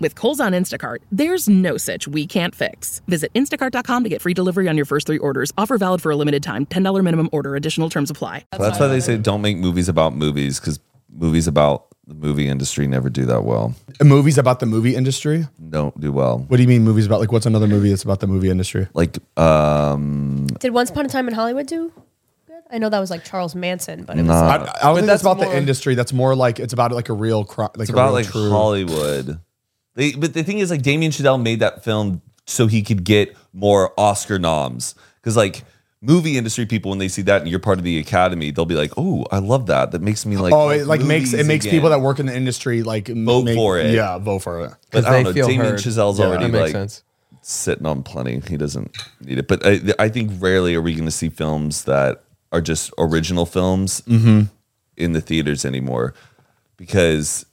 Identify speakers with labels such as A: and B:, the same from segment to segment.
A: With Kohl's on Instacart, there's no such we can't fix. Visit instacart.com to get free delivery on your first three orders. Offer valid for a limited time. $10 minimum order. Additional terms apply.
B: Well, that's why they say don't make movies about movies because movies about the movie industry never do that well.
C: Movies about the movie industry.
B: Don't do well.
C: What do you mean movies about? Like, what's another movie that's about the movie industry?
B: Like, um,
D: Did Once Upon a Time in Hollywood do good? I know that was like Charles Manson, but it was
B: nah.
C: I, I don't think that's,
B: Uh, that's
C: about the
B: more-
C: industry. That's more like it's about like a real crime. Like
B: it's
C: a
B: about
C: real
B: like
C: true.
B: Hollywood. They, but the thing is, like, Damien Chazelle made that film so he could get more Oscar noms because, like, movie industry people when they see that and you're part of the academy, they'll be like, "Oh, I love that. That makes me like."
C: oh, it like makes it
B: movies
C: makes
B: again."
C: people that work in the industry like
B: Vote
C: make-
B: for it.
C: Yeah, vote for it.
B: But I
E: they
B: don't know.
E: feel
B: Damien
E: heard.
B: Chazelle's
C: Yeah,
B: already
E: that makes
B: like
E: sense.
B: sitting on plenty. He doesn't need it. But I, I think rarely are we going to see films that are just original films
C: Mm-hmm.
B: in the theaters anymore because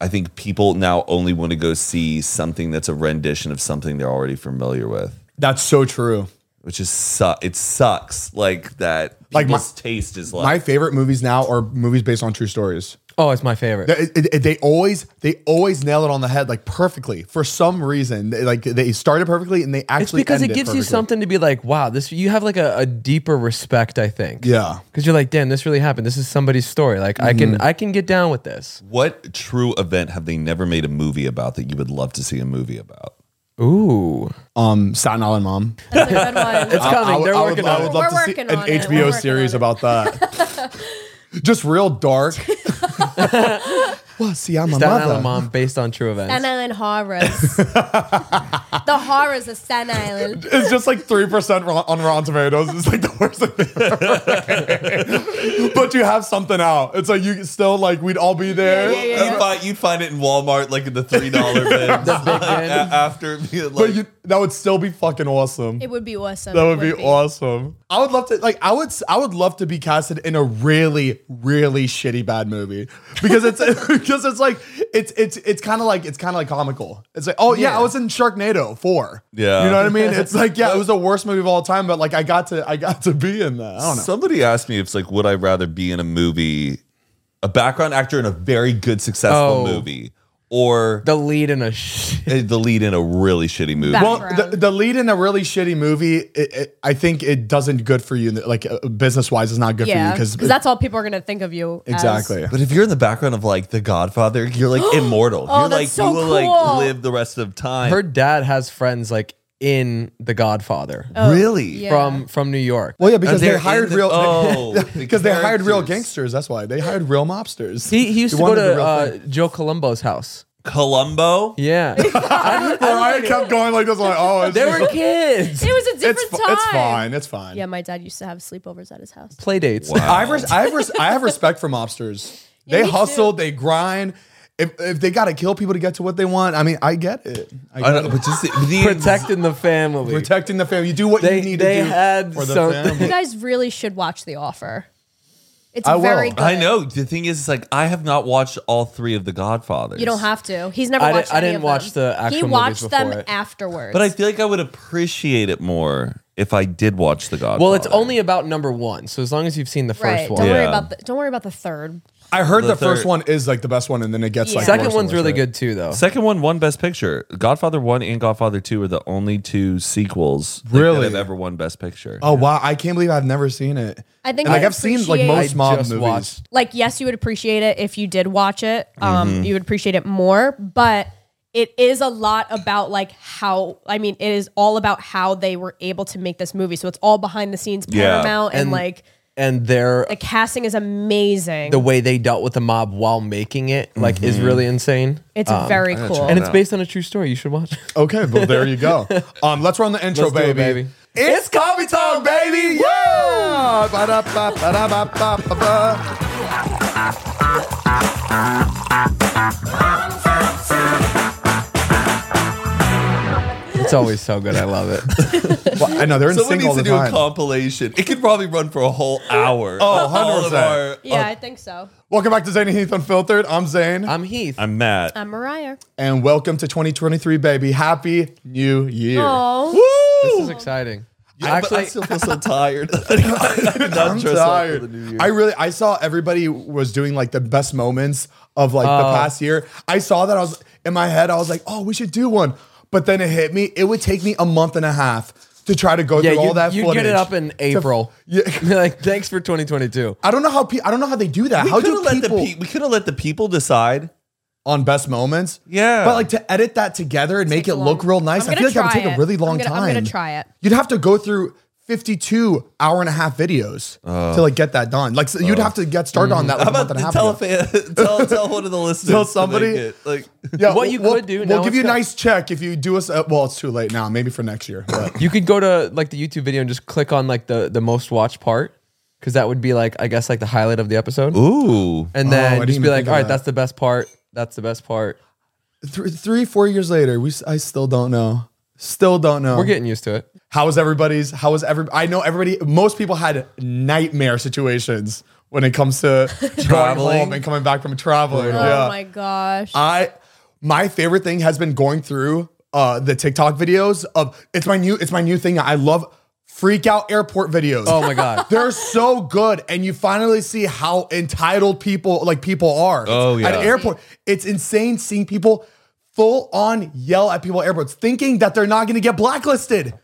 B: I think people now only want to go see something that's a rendition of something they're already familiar with,
C: That's so true.
B: which is su- it sucks like that.
C: Like my-
B: people's taste is
C: My
B: like
C: favorite movies now are movies based on true stories.
E: Oh, it's my favorite.
C: They, it- it- they always they always nail it on the head like perfectly for some reason. They, like they started perfectly and they
E: it's
C: actually
E: because
C: end
E: it gives you
C: perfectly.
E: something to be like, wow, this you have like a, a deeper respect, I think.
C: Yeah.
E: Because you're like, damn, this really happened. This is somebody's story. Like I can
C: Mm-hmm.
E: I can get down with this.
B: what true event have they never made a movie about that you would love to see a movie about?
E: Ooh.
C: Um, Staten Island Mom.
D: that's a good one.
E: It's coming. They're working
C: I
E: on
C: would love
E: it.
D: We're
C: to see
D: working
C: an
D: on it. We're
C: HBO
D: working
C: series
D: on it.
C: about that. Just real dark. well, see, I'm a
E: Staten
C: mother.
E: Island mom based on true events.
D: Staten Island horrors. the horrors of Staten Island.
C: It's just like three percent on Rotten Tomatoes. It's like the worst thing. They've ever made. but you have something out. It's like you still like we'd all be there.
B: You find, you'd find it in Walmart, like in the three dollar bins.
E: The big
B: A-
E: end.
B: after, like,
C: But you, that would still be fucking awesome.
D: It would be awesome.
C: That would be awesome. I would love to like I would I would love to be casted in a really really shitty bad movie because it's because it's like it's it's it's kind of like it's kind of like comical. It's like oh yeah, I was in Sharknado 4.
B: Yeah.
C: You know what I mean? It's like yeah, it was the worst movie of all time but like I got to I got to be in that. I don't know.
B: Somebody asked me if it's like, would I rather be in a movie, a background actor in a very good, successful
E: Oh.
B: movie, or eh,
E: the lead in a shit.
B: the, lead in a really shitty movie?
D: Back-
B: Well,
C: well, the, the lead in a really shitty movie, it, it, I think it doesn't good for you. Like business wise, it's not good
D: Yeah,
C: for you
D: because that's all people are going to think of you. as.
C: exactly.
B: but if you're in the background of like The Godfather, you're like immortal.
D: Oh,
B: you're
D: that's
B: like
D: so
B: you will
D: cool.
B: like live the rest of time.
E: Her dad has friends like in The Godfather
B: really?
D: Oh, yeah.
E: from from New York.
C: Well, yeah, because
B: they're
C: they hired
B: in the-
C: real
B: oh, the
C: because they hired real
B: characters.
C: gangsters. That's why they hired real mobsters.
E: He, he used
C: They
E: to go
C: wanted the
E: to
C: real
E: uh,
C: thing.
E: Joe Colombo's house.
B: Columbo.
E: Yeah.
C: Mariah kept going like this, like oh, it's,
E: they were kids.
D: It was a different
C: it's, fu-
D: time.
C: it's fine, it's fine.
D: Yeah, my dad used to have sleepovers at his house.
E: Play dates.
C: I have res- I have res- I have respect for mobsters. they
D: me too.
C: hustle, they grind. If, if they gotta kill people to get to what they want, I mean, I get it. I get
B: I don't know,
C: it.
B: but just the, the-
E: Protecting the family.
C: Protecting the family, you do what
E: They-
C: you need
E: they
C: to do
E: had
C: for the
E: something.
D: You
C: family.
D: guys really should watch The Offer. It's
C: I will.
D: very good.
B: I know. The thing is, it's like I have not watched all three of the Godfathers.
D: You don't have to. He's never
E: I
D: watched
E: didn't- I
D: any
E: didn't
D: of
E: watch
D: them.
E: the actual
D: He
E: movies
D: watched them
E: before it.
D: afterwards.
B: But I feel like I would appreciate it more if I did watch The Godfather.
E: Well, it's only about number one. So as long as you've seen the
D: right.
E: first
D: Don't
E: one.
B: Yeah.
D: worry about the don't worry about the third.
C: I heard the,
B: The
C: first
B: third-
C: one is like the best one, and then it gets
D: Yeah.
C: like worse
E: Second
C: and
E: one's
C: worse,
E: really
C: right?
E: good too, though.
B: Second one won Best Picture. Godfather One and Godfather Two are the only two sequels that-
C: Really?
B: that have ever won Best Picture.
C: Oh wow, I can't believe I've never seen it.
D: I think
C: And, like
D: I
C: I've seen like
D: appreciate-
E: I
C: most mob
E: just
C: movies.
E: watched.
D: Like yes, you would appreciate it if you did watch it. Um,
B: Mm-hmm.
D: you would appreciate it more, but it is a lot about like how I mean, it is all about how they were able to make this movie. So it's all behind the scenes
B: Yeah.
D: Paramount and,
E: And-
D: like
E: And their
D: the casting is amazing.
E: the way they dealt with the mob while making it like is
C: Mm-hmm.
E: really insane.
D: it's very cool.
B: uh,
E: and it's based on a true story. You should watch.
C: Okay, well there you go. Um, let's run the intro,
E: Let's do it,
C: baby.
E: baby.
C: It's coffee time, baby. Yeah. Ba-da-ba-ba-da-ba-ba-ba-ba.
B: It's
E: It's always so good. I love it.
C: Well, I know they're in
B: Someone
C: sync all
B: needs
C: the
B: to do a
C: time.
B: compilation. It could probably run for a whole hour. Oh,
C: 100%.
D: Yeah, I think so.
C: welcome back to Zane and Heath Unfiltered. I'm Zane,
E: I'm Heath.
B: I'm Matt.
D: I'm Mariah.
C: and welcome to 2023, baby. Happy New Year!
D: Oh,
E: this
B: Woo!
E: is exciting.
B: Yeah, but I
E: Actually,
B: still feel so tired. I'm
C: I'm tired. I really, I saw everybody was doing like the best moments of like the past year. I saw that. I was in my head. I was like, oh, we should do one. But then it hit me. It would take me a month and a half to try to go
E: yeah,
C: through all
E: you,
C: that.
E: you
C: footage.
E: get it up in April.
C: Yeah.
E: You're like, thanks for 2022.
C: I don't know how. Pe- I don't know how they do that.
B: We
C: how
B: could
C: do
B: have let the
C: people
B: pe- we could have let the people decide.
C: on best moments?
B: Yeah.
C: but like to edit that together and make it
D: Takes a
C: look
D: long-
C: real nice.
D: I'm
C: I feel like
D: gonna
C: that would
D: try
C: take a
D: it.
C: really long
D: I'm gonna-
C: time.
D: I'm gonna try it.
C: You'd have to go through. 52 hour and a half videos to like get that done. Like so you'd have to get started on that. Like
B: How
C: a month
B: about
C: and a half
B: tell, a
C: ago.
B: fan, tell tell one of the listeners?
C: Tell
B: to
C: somebody.
B: make it, like
C: Yeah,
E: What you
C: we'll,
E: could do
C: We'll,
E: now
C: give
E: is
C: you a
E: that-
C: nice check if you do us. A, well, it's too late now. Maybe for next year. But
E: You could go to like the YouTube video and just click on like the, the most watched part because that would be like, I guess, like the highlight of the episode.
B: ooh.
E: And
C: Oh, I
E: then
C: didn't
E: just be
C: even
E: like,
C: think
E: all
C: of
E: right,
C: that."
E: that's the best part. That's the best part.
C: th- three, four years later, we s- I still don't know. Still don't know.
E: We're getting used to it.
C: how was everybody's? How was every? I know everybody. Most people had nightmare situations when it comes to traveling
B: Traveling.
C: home and coming back from traveling.
D: oh
C: yeah.
D: my
B: Uh,
D: gosh.
C: I my favorite thing has been going through uh the TikTok videos of it's my new it's my new thing. I love freak out airport videos.
E: Oh my God.
C: They're so good, and you finally see how entitled people like people are.
B: Oh, yeah.
C: at airport, it's insane seeing people full on yell at people at airports, thinking that they're not going to get blacklisted.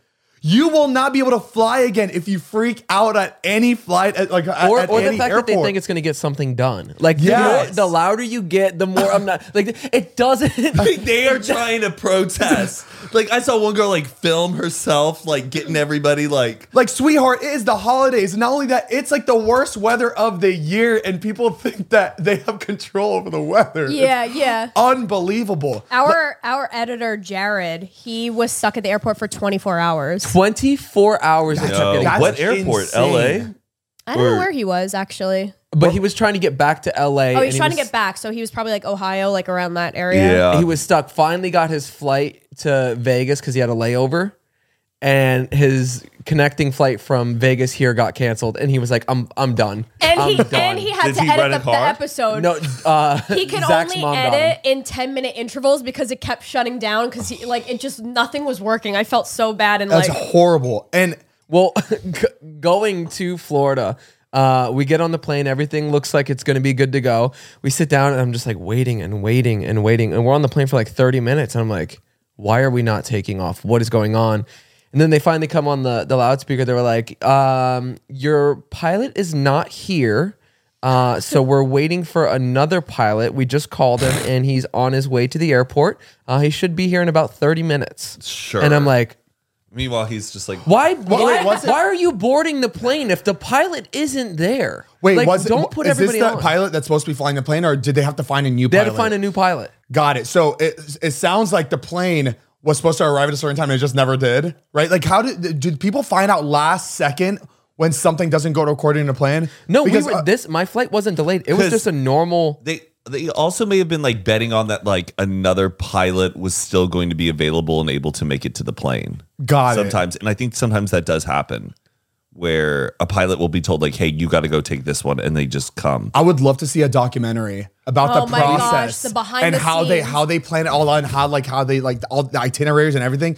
C: You will not be able to fly again if you freak out at any flight, at, like at,
E: or,
C: at
E: or the
C: any
E: fact
C: airport.
E: that they think it's going to get something done. Like the
C: Yes.
E: more- the louder you get, the more I'm not like it doesn't.
B: Like, they are trying to protest. Like I saw one girl like film herself, like getting everybody like
C: Like, sweetheart, it is the holidays. Not only that, it's like the worst weather of the year, and people think that they have control over the weather.
D: yeah, yeah.
C: Unbelievable.
D: Our our editor Jared, he was stuck at the airport for 24 hours.
E: 24 hours. it took
B: No.
E: getting-
C: That's
B: what airport?
C: insane.
D: I don't know
B: Word.
D: where he was actually.
E: but he was trying to get back to LA.
D: Oh,
E: and
D: he's
E: he
D: trying
E: was-
D: to get back, so he was probably like Ohio, like around that area.
B: Yeah.
E: He was stuck. Finally, got his flight to Vegas because he had a layover, and his connecting flight from Vegas here got canceled. And he was like, "I'm I'm done."
D: And
E: I'm
D: he
E: done."
D: and he had
B: Did
D: to
B: he rent
D: edit
B: a
D: the, the
B: car?
D: episode.
E: no, uh,
D: he could
E: Zach's
D: only
E: mom got him.
D: edit in 10 minute intervals because it kept shutting down because he like it just nothing was working. I felt so bad and
C: That's
D: like
C: horrible. And
E: Well, g- going to Florida, uh, we get on the plane. Everything looks like it's going to be good to go. We sit down, and I'm just like waiting and waiting and waiting. And we're on the plane for like 30 minutes. And I'm like, why are we not taking off? What is going on? And then they finally come on the, the loudspeaker. They were like, um, your pilot is not here. Uh, so we're waiting for another pilot. We just called him, and he's on his way to the airport. Uh, he should be here in about 30 minutes.
B: Sure.
E: And I'm like,
B: Meanwhile, he's just like
E: why? why,
C: wait, was it-
E: why are you boarding the plane if the pilot isn't there?
C: wait,
E: like,
C: was it-
E: don't put
C: is
E: everybody
C: this that
E: on.
C: pilot that's supposed to be flying the plane, or did they have to find a new
E: they had
C: pilot?
E: to find a new pilot.
C: Got it. So it, it sounds like the plane was supposed to arrive at a certain time and it just never did, right? Like, how did did people find out last second when something doesn't go according to plan?
E: No,
C: Because,
E: we were
C: uh,
E: this. My flight wasn't delayed. It was
B: 'cause-
E: just a normal.
B: they they also may have been like betting on that like another pilot was still going to be available and able to make it to the plane.
C: Got it.
B: sometimes, and I think sometimes that does happen where a pilot will be told like, "Hey, you got to go take this one," and they just come.
C: I would love to see a documentary about
D: Oh
C: the
D: my gosh,
C: process,
D: the behind
C: and
D: the
C: how they
D: scenes.
C: how they plan it all out, and how like how they like all the itineraries and everything.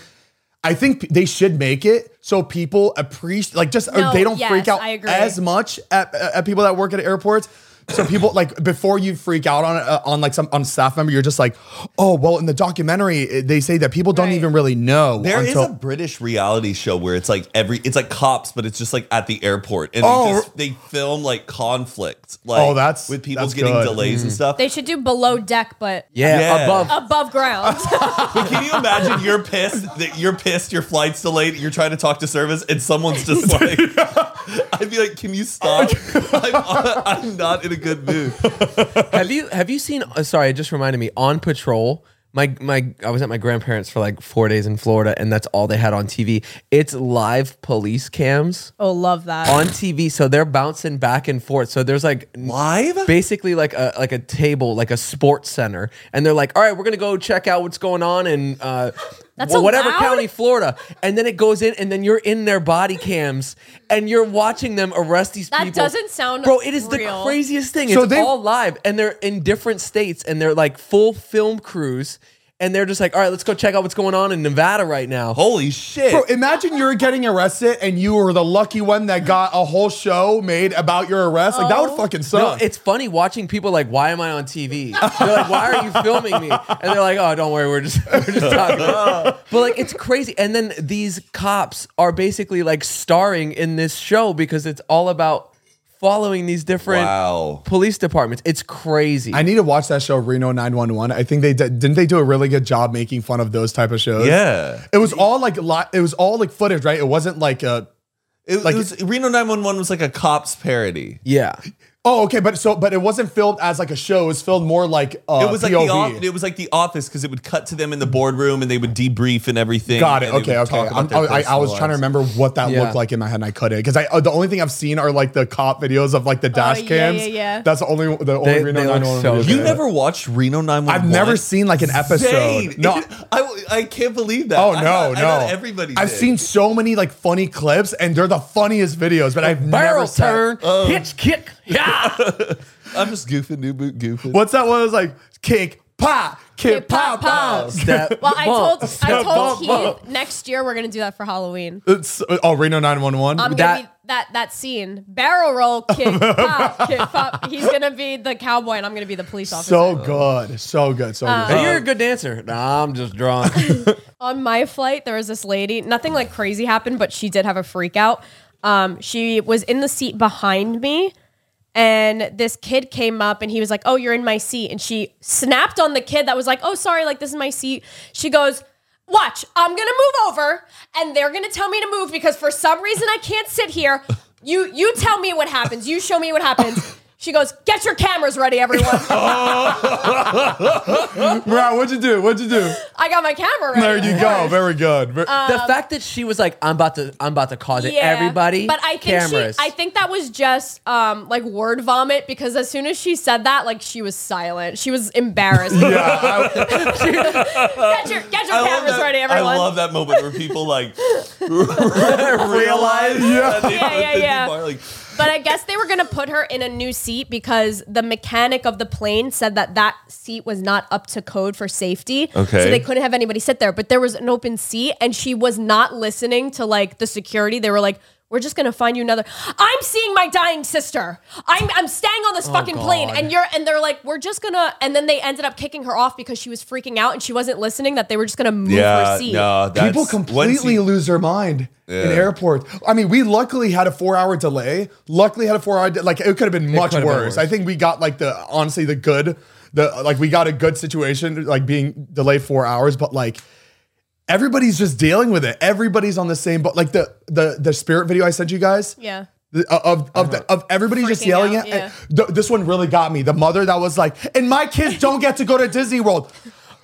C: I think p- they should make it so people appreciate, like, just or
D: No,
C: they don't
D: yes,
C: freak out
D: I agree.
C: as much at, at at people that work at airports. So people like before you freak out on uh, on like some on a staff member, you're just like, oh well. In the documentary, uh, they say that people don't
D: Right.
C: even really know.
B: There is
C: until-
B: a British reality show where it's like every it's like cops, but it's just like at the airport, and
C: Oh.
B: they, just, they film like conflict, like
C: Oh, that's-
B: with people
C: that's
B: getting
C: good.
B: delays and stuff.
D: they should do below deck but
E: Yeah,
B: Yeah.
E: above.
D: above ground.
B: But can you imagine? You're pissed that you're pissed. Your flight's delayed. You're trying to talk to service, and someone's just like, "I'd be like, can you stop? I'm, I'm not in a good mood."
E: have you have you seen? Uh, sorry, it just reminded me. On patrol. My my I was at my grandparents for like four days in Florida, and that's all they had on TV. It's live police cams
D: oh, love that.
E: on TV, so they're bouncing back and forth. So there's like
B: Live?
E: basically like a like a table, like a sports center, and they're like, "All right, we're gonna go check out what's going on in uh,
D: That's
E: well, whatever
D: allowed?
E: county, Florida, and then it goes in, and then you're in their body cams, and you're watching them arrest these
D: That
E: people.
D: doesn't sound
E: bro. It is the
D: real.
E: craziest thing.
C: So
E: it's
C: they-
E: all live, and they're in different states, and they're like full film crews, and they're just like, all right, let's go check out what's going on in Nevada right now.
B: Holy shit.
C: Bro, imagine you're getting arrested and you were the lucky one that got a whole show made about your arrest. Like
D: Oh.
C: that would fucking
E: No,
C: suck.
E: it's funny watching people like, why am I on TV? They're like, why are you filming me? And they're like, oh, don't worry, we're just, we're just talking. but like, it's crazy. And then these cops are basically like starring in this show because it's all about following these different
B: wow.
E: police departments. It's crazy.
C: I need to watch that show Reno 911. I think they did, didn't they do a really good job making fun of those type of shows.
B: Yeah.
C: It was all like li- it was all like footage, right? It wasn't like a
B: It,
C: Like-
B: it was Reno 911 was like a cops parody.
E: yeah.
C: Oh, okay, but so but it wasn't filmed as like a show. It was filmed more like uh,
B: It was like
C: POV.
B: the off, it was like the office because it would cut to them in the boardroom and they would debrief and everything.
C: Got it.
B: and they
C: Okay,
B: would
C: okay.
B: talk about
C: I'm-
B: their
C: I, I, I was
B: personal
C: trying to
B: lives.
C: remember what that
E: Yeah.
C: looked like in my head, and I couldn't because I uh, the only thing I've seen are like the cop videos of
E: Oh,
C: like the dash
D: yeah,
C: cams.
D: yeah, yeah.
C: That's the only the only
E: They-
C: Reno
E: they look
C: 911.
E: so
C: videos.
E: good.
B: You never watched Reno 911?
C: I've never seen like an episode.
B: Zane,
C: No.
B: I, I can't believe that.
C: Oh
B: I
C: no,
B: thought- I
C: no!
B: thought everybody.
C: I've
B: did.
C: seen so many like funny clips, and they're the funniest videos. But I've never
E: Barrel
C: sat- Oh.
E: turn, hitch kick. Yeah.
B: I'm just goofing, new boot goofing.
C: What's that one? It was like kick, pop, kick,
D: Kick, pop,
C: pop, pop.
E: Step,
D: Well, I
E: bump,
D: told I
E: step,
D: told
E: bump,
D: Keith
E: bump.
D: next year we're gonna do that for Halloween.
C: It's oh Reno nine one one.
D: I'm
E: That-
D: gonna be that that scene barrel roll kick pop kick pop. He's gonna be the cowboy and I'm gonna be the police officer.
C: So good, so good, so good.
E: Hey, you're a good dancer. Nah, I'm just drunk.
D: on my flight there was this lady nothing like crazy happened but she did have a freak out um, she was in the seat behind me and this kid came up and he was like oh you're in my seat and she snapped on the kid that was like oh sorry like this is my seat she goes watch i'm gonna move over and they're gonna tell me to move because for some reason i can't sit here you you tell me what happens you show me what happens she goes get your cameras ready everyone
C: Right, what'd you do? What'd you do?
D: i got my camera
C: There
D: ready
C: you go. Very good. Ver-
E: the
D: Um,
E: fact that she was like, I'm about to, I'm about to cause it. Everybody,
D: But I think
E: cameras.
D: she I think that was just um like word vomit because as soon as she said that, like she was silent. She was embarrassed.
C: yeah, I-
D: Get your get your cameras
B: that,
D: ready, everyone.
B: I love that moment where people like realize yeah. that they
D: Yeah, yeah,
B: they
D: yeah.
B: are like,
D: But I guess they were gonna put her in a new seat because the mechanic of the plane said that that seat was not up to code for safety.
B: Okay.
D: So they couldn't have anybody sit there. But there was an open seat, and she was not listening to like the security. They were like. We're just gonna find you another. I'm seeing my dying sister. I'm I'm staying on this
B: Oh,
D: fucking plane,
E: God.
D: and you're and they're like, we're just gonna. And then they ended up kicking her off because she was freaking out and she wasn't listening. That they were just gonna move her
B: yeah,
D: seat.
B: no, that's,
C: people
B: once
C: completely
B: you-
C: lose their mind in
B: Yeah.
C: airports. I mean, we luckily had a four-hour delay. Luckily had a four-hour de- like it could have been much
E: could have been
C: worse.
E: worse.
C: I think we got like the honestly the good the like we got a good situation like being delayed four hours, but like. Everybody's just dealing with it. Everybody's on the same, but like the the the spirit video I sent you guys.
D: Yeah.
C: The- uh, of of the, of everybody just
D: Uh-huh. Freaking
C: yelling at
D: out, yeah.
C: th- this one really got me the mother that was like and my kids don't get to go to disney world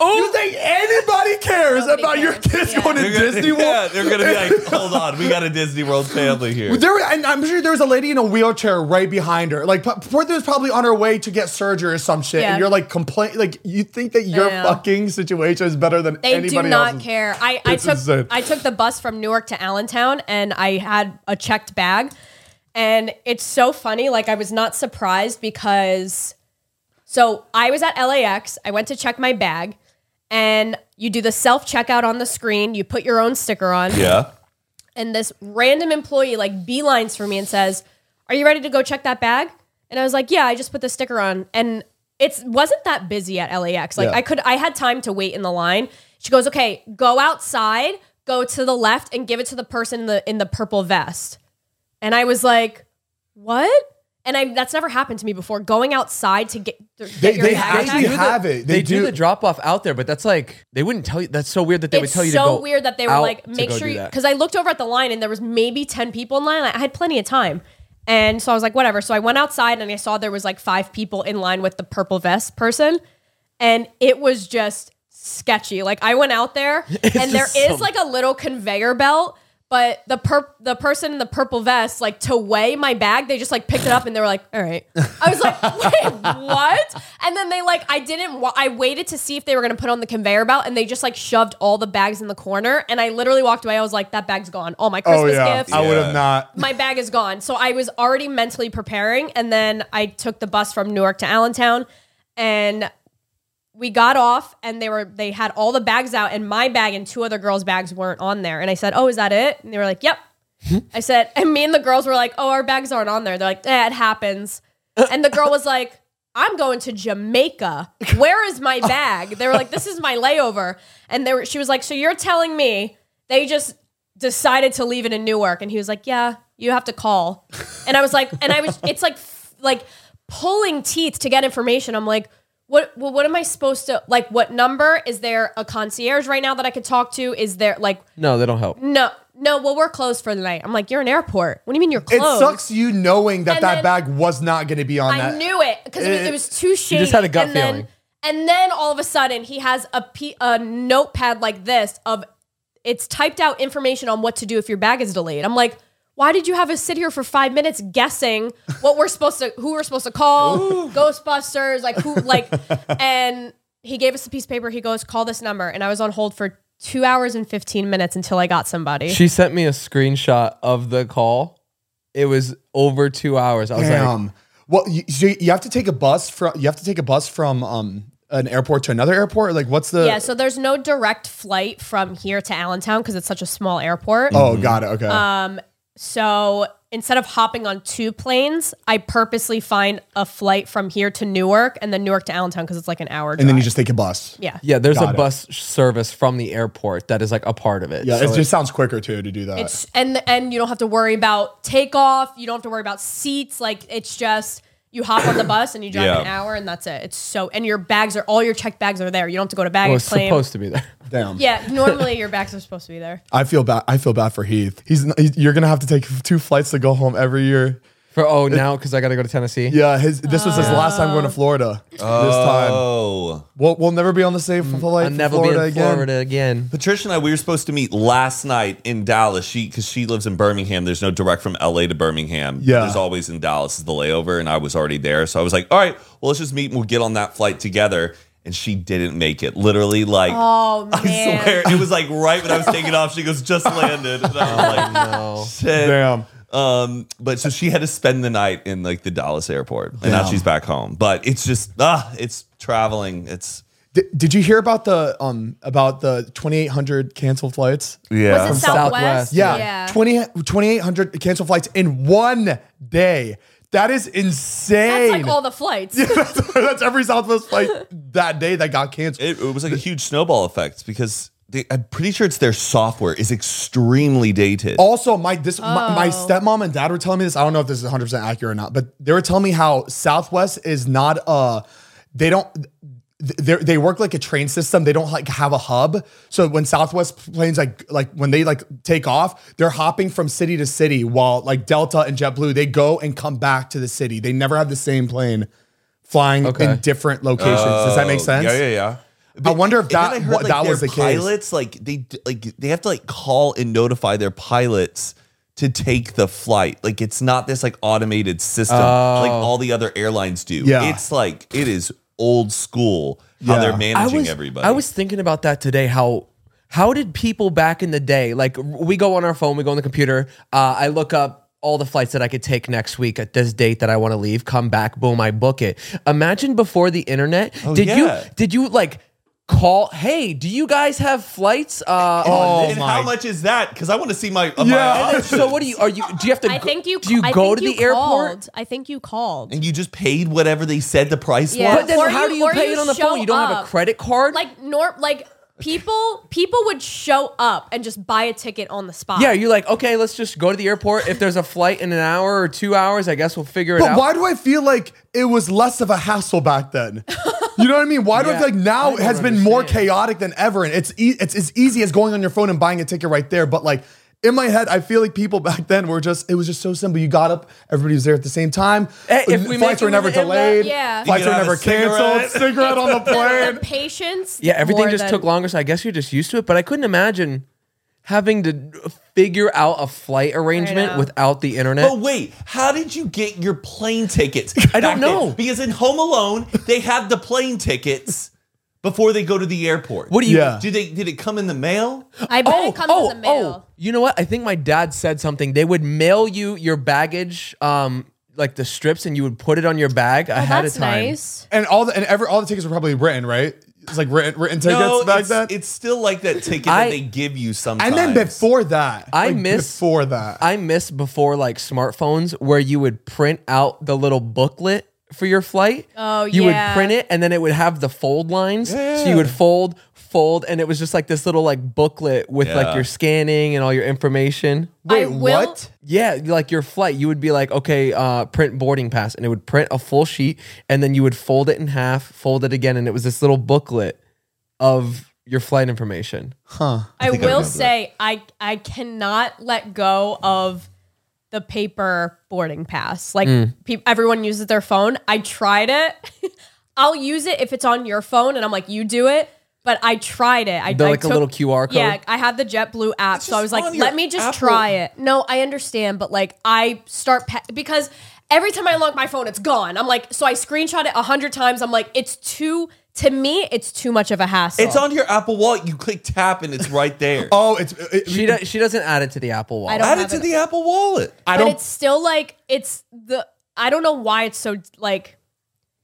C: you think anybody cares
D: Oh. Nobody
C: about your
D: cares,
C: kids
D: yeah.
C: going to
B: They're gonna-
C: disney world
B: Yeah, they're gonna be like, hold on, we got a Disney World family here.
C: there, were- and I'm sure there was a lady in a wheelchair right behind her. Like, p- Porter was probably on her way to get surgery or some shit.
D: Yeah.
C: And you're like, complain. Like, you think that your
D: know.
C: fucking situation is better than
D: They
C: anybody
D: do not
C: else's.
D: care. I, I
C: It's
D: took
C: insane.
D: I took the bus from Newark to Allentown and I had a checked bag. And it's so funny. Like I was not surprised because so I was at LAX. I went to check my bag and you do the self checkout on the screen. You put your own sticker on
B: yeah,
D: and this random employee like beelines for me and says, "Are you ready to go check that bag?" And I was like, "Yeah, I just put the sticker on." And it wasn't that busy at LAX. Like
C: Yeah.
D: I could I had time to wait in the line. She goes, "Okay, go outside, go to the left and give it to the person in the in the purple vest." And I was like, "What?" And I that's never happened to me before. Going outside to get, to get
C: They-
D: your
C: they
D: bag
C: actually
D: checked.
E: do the-
C: have it. They
E: They, do,
C: do-
E: the drop off out there, but that's like they wouldn't tell you. That's so weird that they would
D: it's
E: tell you.
D: so
E: to go
D: weird that they were
E: out
D: like,
E: to
D: make
E: go
D: sure
E: do
D: you
E: that.
D: because I looked over at the line and there was maybe ten people in line. I had plenty of time, and so I was like, whatever. So I went outside and I saw there was like five people in line with the purple vest person, and it was just sketchy. Like I went out there and there
E: just
D: is
E: so-
D: like a little conveyor belt. But the per- the person in the purple vest, like to weigh my bag, they just like picked it up and they were like, "All right." I was like, "Wait, what?" And then they like, I didn't. Wa- I waited to see if they were gonna put on the conveyor belt, and they just like shoved all the bags in the corner. And I literally walked away. I was like, "That bag's gone. All my
C: Oh
D: Christmas
C: yeah,
D: gifts,
C: I would
B: Yeah.
C: have not.
D: my bag is gone. So I was already mentally preparing. And then I took the bus from Newark to Allentown and we got off and they were they had all the bags out and my bag and two other girls' bags weren't on there. And I said, Oh, is that it? And they were like, Yep. I said, and me and the girls were like, Oh, our bags aren't on there. They're like, eh, it happens. And the girl was like, I'm going to Jamaica. Where is my bag? They were like, This is my layover. And they were she was like, So you're telling me they just decided to leave it in Newark. And he was like, Yeah, you have to call. And I was like, and I was, it's like, f- like pulling teeth to get information. I'm like, what, well, what am I supposed to, like, what number? Is there a concierge right now that I could talk to? Is there, like,
E: No, they don't help.
D: no, no, well, we're closed for the night. I'm like, you're an airport. What do you mean you're
C: It
D: closed?
C: sucks you knowing that
D: And
C: that
D: then-
C: bag was not going to be on
D: I
C: that.
D: knew it because it, was- it was too shady.
E: had a gut
D: and then,
E: feeling.
D: And then all of a sudden, he has a, pe- a notepad like this of it's typed out information on what to do if your bag is delayed. I'm like, why did you have us sit here for five minutes guessing what we're supposed to, who we're supposed to call, Ghostbusters, like who, like, and he gave us a piece of paper. He goes, call this number, and I was on hold for two hours and fifteen minutes until I got somebody.
E: She sent me a screenshot of the call. It was over two hours. I was like,
C: Damn. well, you, so you have to take a bus from you have to take a bus from um an airport to another airport. Like, what's the?
D: yeah, so there's no direct flight from here to Allentown because it's such a small airport.
C: oh, got it. Okay.
D: Uh, So instead of hopping on two planes, I purposely find a flight from here to Newark and then Newark to Allentown because it's like an hour. Drive.
C: and then you just take a bus.
D: yeah.
E: yeah, there's a
C: Got it.
E: bus service from the airport that is like a part of it.
C: Yeah,
E: So
C: it just sounds quicker too to do that.
D: It's and and you don't have to worry about takeoff. You don't have to worry about seats. Like it's just you hop on the bus and you drive an
B: Yeah.
D: hour and that's it. It's so and your bags are all your checked bags are there. You don't have to go to
E: it
D: baggage
E: was
D: claim.
E: supposed to be there.
C: Damn.
D: yeah, normally your bags are supposed to be there.
C: I feel bad. I feel bad for Heath. He's, n- he's you're gonna have to take two flights to go home every year.
E: For oh now because I got to go to Tennessee.
C: Yeah, his this was
D: Uh,
C: his last time going to Florida. This time,
B: Oh.
C: we'll, we'll never be on the same flight
E: I'll
C: from
E: Mm, never
C: Florida
E: be in
C: again.
E: Florida again.
B: Patricia and I, we were supposed to meet last night in Dallas. She because she lives in Birmingham. There's no direct from LA to Birmingham.
C: Yeah.
B: There's always in Dallas is the layover, and I was already there. So I was like, all right, well, let's just meet and we'll get on that flight together. And she didn't make it. Literally, like
D: Oh man.
B: I swear, it was like right when I was taking off. She goes, just landed. And I'm like, shit.
C: Damn.
B: Um, but so she had to spend the night in like the Dallas airport, and now she's back home. But it's just ah, it's traveling. It's
C: Did, did you hear about the um about the 2,800 canceled flights?
B: yeah.
D: Was it
E: Southwest,
D: Southwest?
C: Yeah, twenty twenty eight hundred 2,800 canceled flights in one day. That is
D: That's
C: insane.
D: like all the flights.
C: that's, that's every Southwest flight that day that got canceled.
B: it, it was like a huge snowball effect because they, I'm pretty sure it's their software is extremely dated.
C: Also, my this my,
B: Oh.
C: my stepmom and dad were telling me this. I don't know if this is 100 percent accurate or not, but they were telling me how Southwest is not uh they don't they they work like a train system. They don't like have a hub. So when Southwest planes like like when they like take off, they're hopping from city to city. While like Delta and JetBlue, they go and come back to the city. They never have the same plane flying
E: Okay.
C: in different locations. Does that make
B: Oh,
C: sense?
B: Yeah, yeah, yeah.
C: I wonder if
B: And then
C: that
B: I heard,
C: what,
B: like,
C: that
B: their
C: was the case.
B: pilots like they d- like they have to like call and notify their pilots to take the flight. Like it's not this like automated system like all the other airlines do.
C: Oh. Yeah.
B: It's like it is old school how
C: Yeah.
B: they're managing
E: I was,
B: everybody.
E: I was thinking about that today. How how did people back in the day like we go on our phone, we go on the computer, uh, I look up all the flights that I could take next week at this date that I want to leave, come back, boom, I book it. Imagine before the internet, did
B: Oh, yeah.
E: you did you like call? Hey, do you guys have flights? Uh,
B: Oh
E: on this-
B: and how much is that? Because I want to see my, uh, my
C: Oh Yeah.
B: options.
E: so what do you are you do you have to?
D: I
E: go-
D: think you
E: do you
D: I
E: go
D: think
E: to the
D: you
E: airport?
D: called. I think you called.
B: and you just paid whatever they said the price
D: Yeah.
B: was.
E: But then
D: Or
E: how
D: you-
E: do you
D: or
E: pay
D: you
E: it on the
D: show
E: phone? You don't have
D: up.
E: a credit card.
D: like norm like people people would show up and just buy a ticket on the spot
E: Yeah, you're like, okay, let's just go to the airport. If there's a flight in an hour or two hours, I guess we'll figure it
C: But
E: out.
C: why do I feel like it was less of a hassle back then? You know what I mean? Why do I
E: Yeah,
C: feel like
E: I
C: now it
E: don't
C: has been more
E: understand.
C: chaotic than ever, and it's e- it's as easy as going on your phone and buying a ticket right there. But like in my head, I feel like people back then were just it was just so simple. You got up, everybody was there at the same time.
E: Hey, Eh, if
C: Uh,
E: we make
C: flights
E: it
C: were never
E: in the-
C: delayed.
D: Yeah. You
C: Flights
B: could
C: were
B: have a
C: never canceled.
B: cigarette.
C: Cigarette on the
D: the, the
C: plane.
D: patience
E: yeah, everything
D: more
E: just
D: than-
E: took longer, so I guess you're just used to it. But I couldn't imagine having to figure out a flight arrangement
D: know.
E: without the internet.
B: But wait, how did you get your plane tickets?
E: I
B: back
E: don't
B: then?
E: know.
B: Because in Home Alone, they had the plane tickets before they go to the airport.
E: what do you?
C: Yeah.
B: do they did it come in the mail?
D: I bet
E: Oh,
D: it comes in the mail.
E: You know what? I think my dad said something. They would mail you your baggage, um, like the strips, and you would put it on your bag
D: Oh,
E: ahead
D: that's
E: of time.
D: nice.
C: And all the and every all the tickets were probably written, right? It's like written written tickets
B: No,
C: back
B: it's,
C: then.
B: it's still like that ticket
E: I-
B: that they give you sometimes.
C: and then before that,
E: I
C: like,
E: miss-
C: before that.
E: I miss before like smartphones where you would print out the little booklet for your flight.
D: Oh,
E: you
D: yeah.
E: would print it and then it would have the fold lines. So you would fold, fold, and it was just like this little like booklet with like
B: Yeah.
E: your scanning and all your information.
C: Wait,
D: I will-
C: what?
E: Yeah, like your flight, you would be like, okay, uh, print boarding pass, and it would print a full sheet, and then you would fold it in half, fold it again, and it was this little booklet of your flight information.
D: I,
F: think I
D: will
F: remember that.
D: say I I cannot let go of the paper boarding pass. Like
E: Mm.
D: peop everyone uses their phone. I tried it. I'll use it if it's on your phone, and I'm like, you do it. But I tried it. I
E: The,
D: I
E: like a little QR code.
D: Yeah, I had the JetBlue app, so I
B: just
D: was like,
B: on your
D: let me just
B: Apple.
D: try it. No, I understand, but like I start pa- because every time I unlock my phone, it's gone. I'm like, so I screenshot it a hundred times. I'm like, it's too. To me, it's too much of a hassle.
B: it's on your Apple Wallet. You click tap and it's right there.
C: Oh, it's it,
E: She do- she doesn't add it to the Apple Wallet.
D: I don't
B: Add
D: have
B: it to
D: it.
B: the Apple Wallet.
C: I
D: but
C: don't
D: it's still like it's the I don't know why it's so like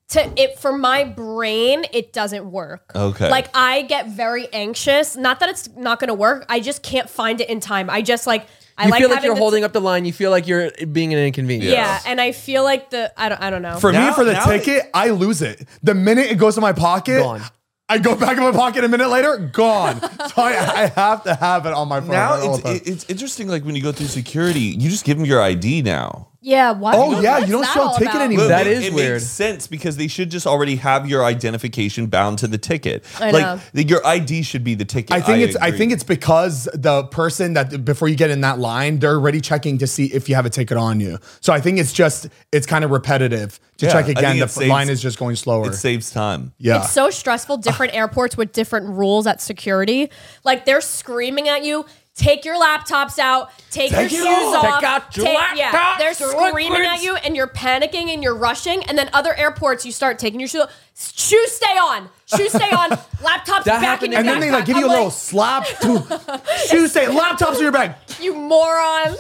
D: to it for my brain it doesn't work.
B: Okay.
D: Like I get very anxious. Not that it's not going to work. I just can't find it in time. I just like I
E: you
D: like
E: feel like
D: having
E: you're
D: the-
E: holding up the line. You feel like you're being an inconvenience.
D: Yeah, and I feel like the I don't I don't know.
C: for
B: Now-
C: me for the
B: now
C: ticket, I lose it. The minute it goes in my pocket,
E: Gone.
C: I go back in my pocket a minute later, gone. so I, I have to have it on my phone.
F: Now
C: at all
F: it's-
C: times.
F: it-
B: It's interesting. Like when you go through security, you just give them your ID now.
D: yeah, why?
C: Oh, yeah,
D: what's
C: you don't
D: that
C: show a
D: all
C: ticket
D: about?
C: anymore.
E: That
B: It-
E: is
B: it
E: weird.
B: Makes sense because they should just already have your identification bound to the ticket.
D: I
B: like
D: know.
B: the- your ID should be the ticket.
C: I think it's I
B: agree.
C: think it's because the person that before you get in that line, they're already checking to see if you have a ticket on you. So I think it's just it's kind of repetitive to
B: Yeah,
C: check
B: I think
C: again.
B: it
C: The
B: saves-
C: line is just going slower.
B: it saves time.
C: yeah.
D: It's so stressful. Different airports with different rules at security. Like they're screaming at you. Take your laptops out. Take, your shoes off.
E: Take out your
D: yeah,
E: laptops,
D: they're
E: your
D: screaming at
E: liquids.
D: you, and you're panicking and you're rushing. And then other airports, you start taking your shoes. off. Shoes stay on. Shoes stay on. Laptops
E: That
D: back in
E: happened
D: your
E: to
C: and then
E: me.
C: they
D: backpack.
C: like give
D: I'm
C: you a little slap to shoes say laptops in your bag.
D: You moron.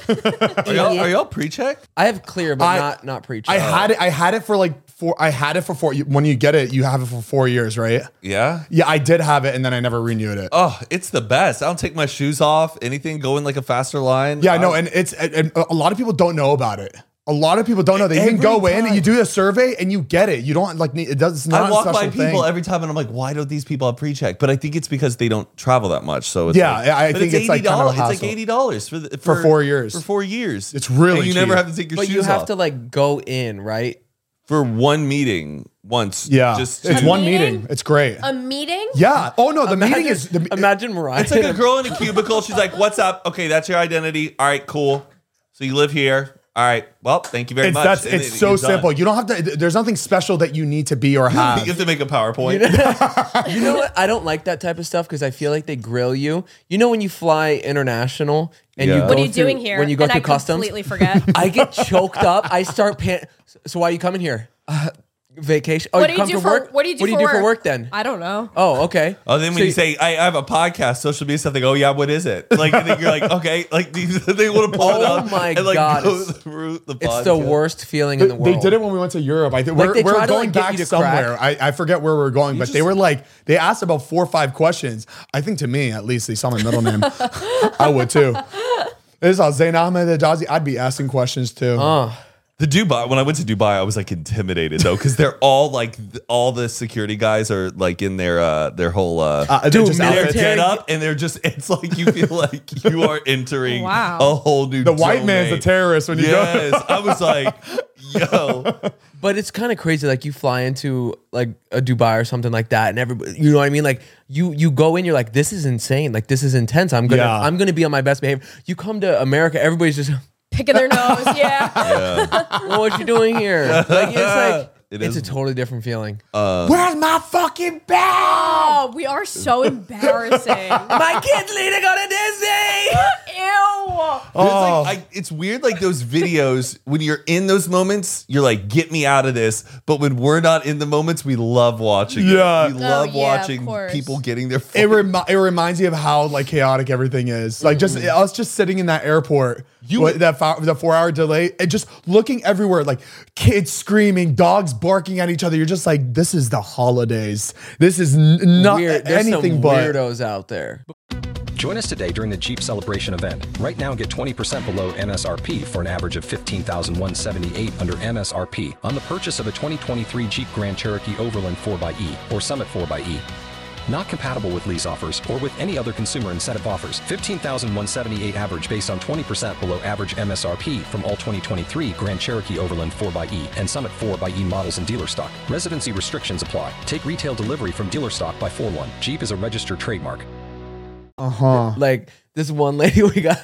B: Are y'all, are y'all pre-check?
E: I have clear, but
C: I-
E: not not pre
C: I had it I had it for like four I had it for four when you get it, you have it for four years, right?
B: Yeah.
C: Yeah, I did have it and then I never renewed it.
B: Oh, it's the best. I don't take my shoes off. Anything going like a faster line.
C: Yeah, I know,
B: I'll-
C: and it's and and a lot of people don't know about it. A lot of people don't know. They even
B: Every
C: go in and
B: time.
C: you do the survey and you get it. You don't like need- it does. It's not
B: I walk
C: a
B: by
C: special
B: people
C: thing.
B: every time, and I'm like, "Why don't these people have pre-check?" But I think it's because they don't travel that much. So it's
C: Yeah,
B: like,
C: I
B: but
C: think it's, like, kind of a
B: $80. It's
C: hassle.
B: like eighty dollars for, the-
C: For four years.
B: For four years,
C: It's really
B: And you never
C: cheap.
B: have to take your
E: but
B: shoes
E: you have
B: off
E: to like go in, right?
B: for one meeting once.
C: yeah,
B: just
C: it's
B: to-
C: one
D: meeting?
C: meeting. It's great.
D: a meeting.
C: yeah. Oh no, the meeting is the,
E: imagine Mariah.
B: It's like a girl in a cubicle. She's like, "What's up? Okay, that's your identity. All right, cool. So you live here. All right. Well, thank you very
C: it's
B: much."
C: that's
B: And
C: it's
B: then
C: so
B: you're done.
C: simple. You don't have to. th- There's nothing special that you need to be or
B: You have
C: have.
B: to make a PowerPoint.
E: You know what? I don't like that type of stuff because I feel like they grill you. You know when you fly international and you
B: Yeah.
E: go
D: What are you
E: through-
D: doing here?
E: When you go
D: and
E: through
D: I
E: customs,
D: completely forget.
E: I get choked up. I start pan. So why are you coming here? Uh, vacation? Oh,
D: what
E: you
D: do you
E: come
D: do
E: for
D: for
E: work?
D: What do you do,
E: what
D: for,
E: do you
D: work?
E: do for work then?
D: I don't know.
E: oh, okay.
B: Oh, then when
E: So
B: you say I, I have a podcast, social media something. Oh yeah, what is it? Like and then you're like, okay, like these, they want to pull it
E: Oh
B: up.
E: my
B: and, like,
E: God,
B: go
E: it's-
B: through the
E: it's
B: podcast.
E: the worst feeling in the world.
C: They did it when we went to Europe. I think
E: Like,
C: we're,
E: they
C: we're
E: try to, like,
C: going
E: get you
C: back
E: to
C: somewhere. I, I forget where we're going, but they
E: just-
C: were like they asked about four or five questions. I think to me at least they saw my middle name. I would too. This is how Zayn Ahmed Adazi. I'd be asking questions too.
E: Uh.
B: The Dubai. When I went to Dubai, I was like intimidated though, because they're all like th- all the security guys are like in their uh their whole uh,
C: Uh,
E: Dude,
C: just
B: they're
C: outfits.
E: military-
B: get up and they're just it's like you feel like you are entering
D: Wow.
B: a whole new
C: The white man's a
B: domain.
C: terrorist when you go.
B: yes i was like yo
E: But it's kind of crazy. Like you fly into like a Dubai or something like that, and everybody, you know what I mean. Like you, you go in, you're like, this is insane. Like this is intense. I'm gonna,
C: Yeah.
E: I'm gonna be on my best behavior. You come to America, everybody's just,
D: Picking their nose. Yeah.
E: well, what you doing here? Like it's like
B: It
E: It's
B: is. Uh,
E: a totally different feeling.
C: Where's my fucking bag?
D: Oh, we are so embarrassing.
E: My kids need to go to Disney.
D: Ew.
B: But
C: Oh.
B: It's, like, I, it's weird, like those videos, when you're in those moments, you're like, get me out of this. But when we're not in the moments, we love watching
C: Yeah.
B: it. We love
D: Oh, yeah, of
B: watching
D: course.
B: people getting their
C: It,
B: fucking-
C: remi- it reminds me of how like chaotic everything is. Like just
E: Mm-hmm.
C: us just sitting in that airport, you that fou- the four hour delay, and just looking everywhere, like kids screaming, dogs barking at each other. You're just like, this is the holidays. This is n- not
E: Weird. There's
C: anything
E: some
C: but.
E: weirdos out there.
G: Join us today during the Jeep Celebration event. Right now, get 20% below MSRP for an average of 15178 under MSRP on the purchase of a 2023 Jeep Grand Cherokee Overland 4xE or Summit 4xE. Not compatible with lease offers or with any other consumer incentive offers. 15,178 average based on 20% below average MSRP from all 2023 Grand Cherokee Overland 4xE and Summit 4xE models in dealer stock. Residency restrictions apply. Take retail delivery from dealer stock by 4 1. Jeep is a registered trademark.
C: Uh-huh.
E: Like this one lady we got.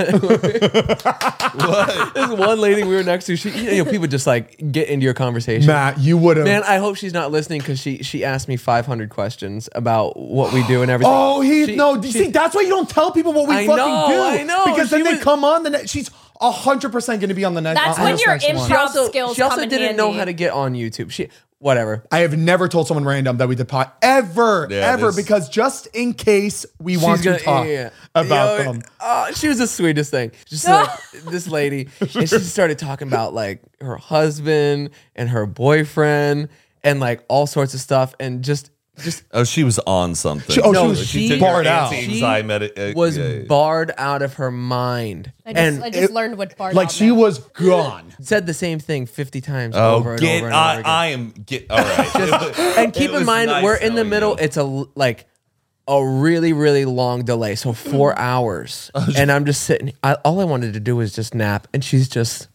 E: This one lady we were next to. She, you know, people just like get into your conversation.
C: Matt, you would
E: Man,
C: have.
E: I hope she's not listening because she she asked me 500 questions about what we do and everything.
C: Oh, he
E: She-
C: no. You
E: she-
C: see, that's why you don't tell people what we
E: I
C: fucking
E: know,
C: do.
E: I know.
C: Because then
E: She
C: they
E: was-
C: come on. The ne- she's hundred percent going to be on the next.
D: That's
C: on
D: when
C: this
D: you're
C: next one.
D: improv-
E: she also,
D: skills
E: she also
D: come in
E: didn't know
D: handy.
E: how to get on YouTube. She whatever.
C: I have never told someone random that we did pod ever,
B: Yeah,
C: ever,
B: this-
C: because just in case we want to talk about
E: Yo,
C: them.
E: oh, she was the sweetest thing. Just like this lady, and she started talking about like her husband and her boyfriend and like all sorts of stuff, and just just
B: oh, she was on something.
C: She- oh,
E: No,
C: she was
E: she-
B: took her
C: barred out.
B: anti-anxiety medi- uh,
E: was
B: yeah, yeah.
E: barred out of her mind,
D: I just,
E: and
D: I just
C: it-
D: learned what Bart
C: Like she was gone.
E: said the same thing 50 times over
B: Oh,
E: and
B: get!
E: over and over
B: I,
E: again.
B: I am get. All right.
E: and keep
B: It
E: in
B: was
E: mind
B: nice
E: we're in the
B: knowing
E: middle
B: you.
E: it's a l- like a really really long delay so four
B: Mm.
E: hours and i'm just sitting I, all i wanted to do was just nap and she's just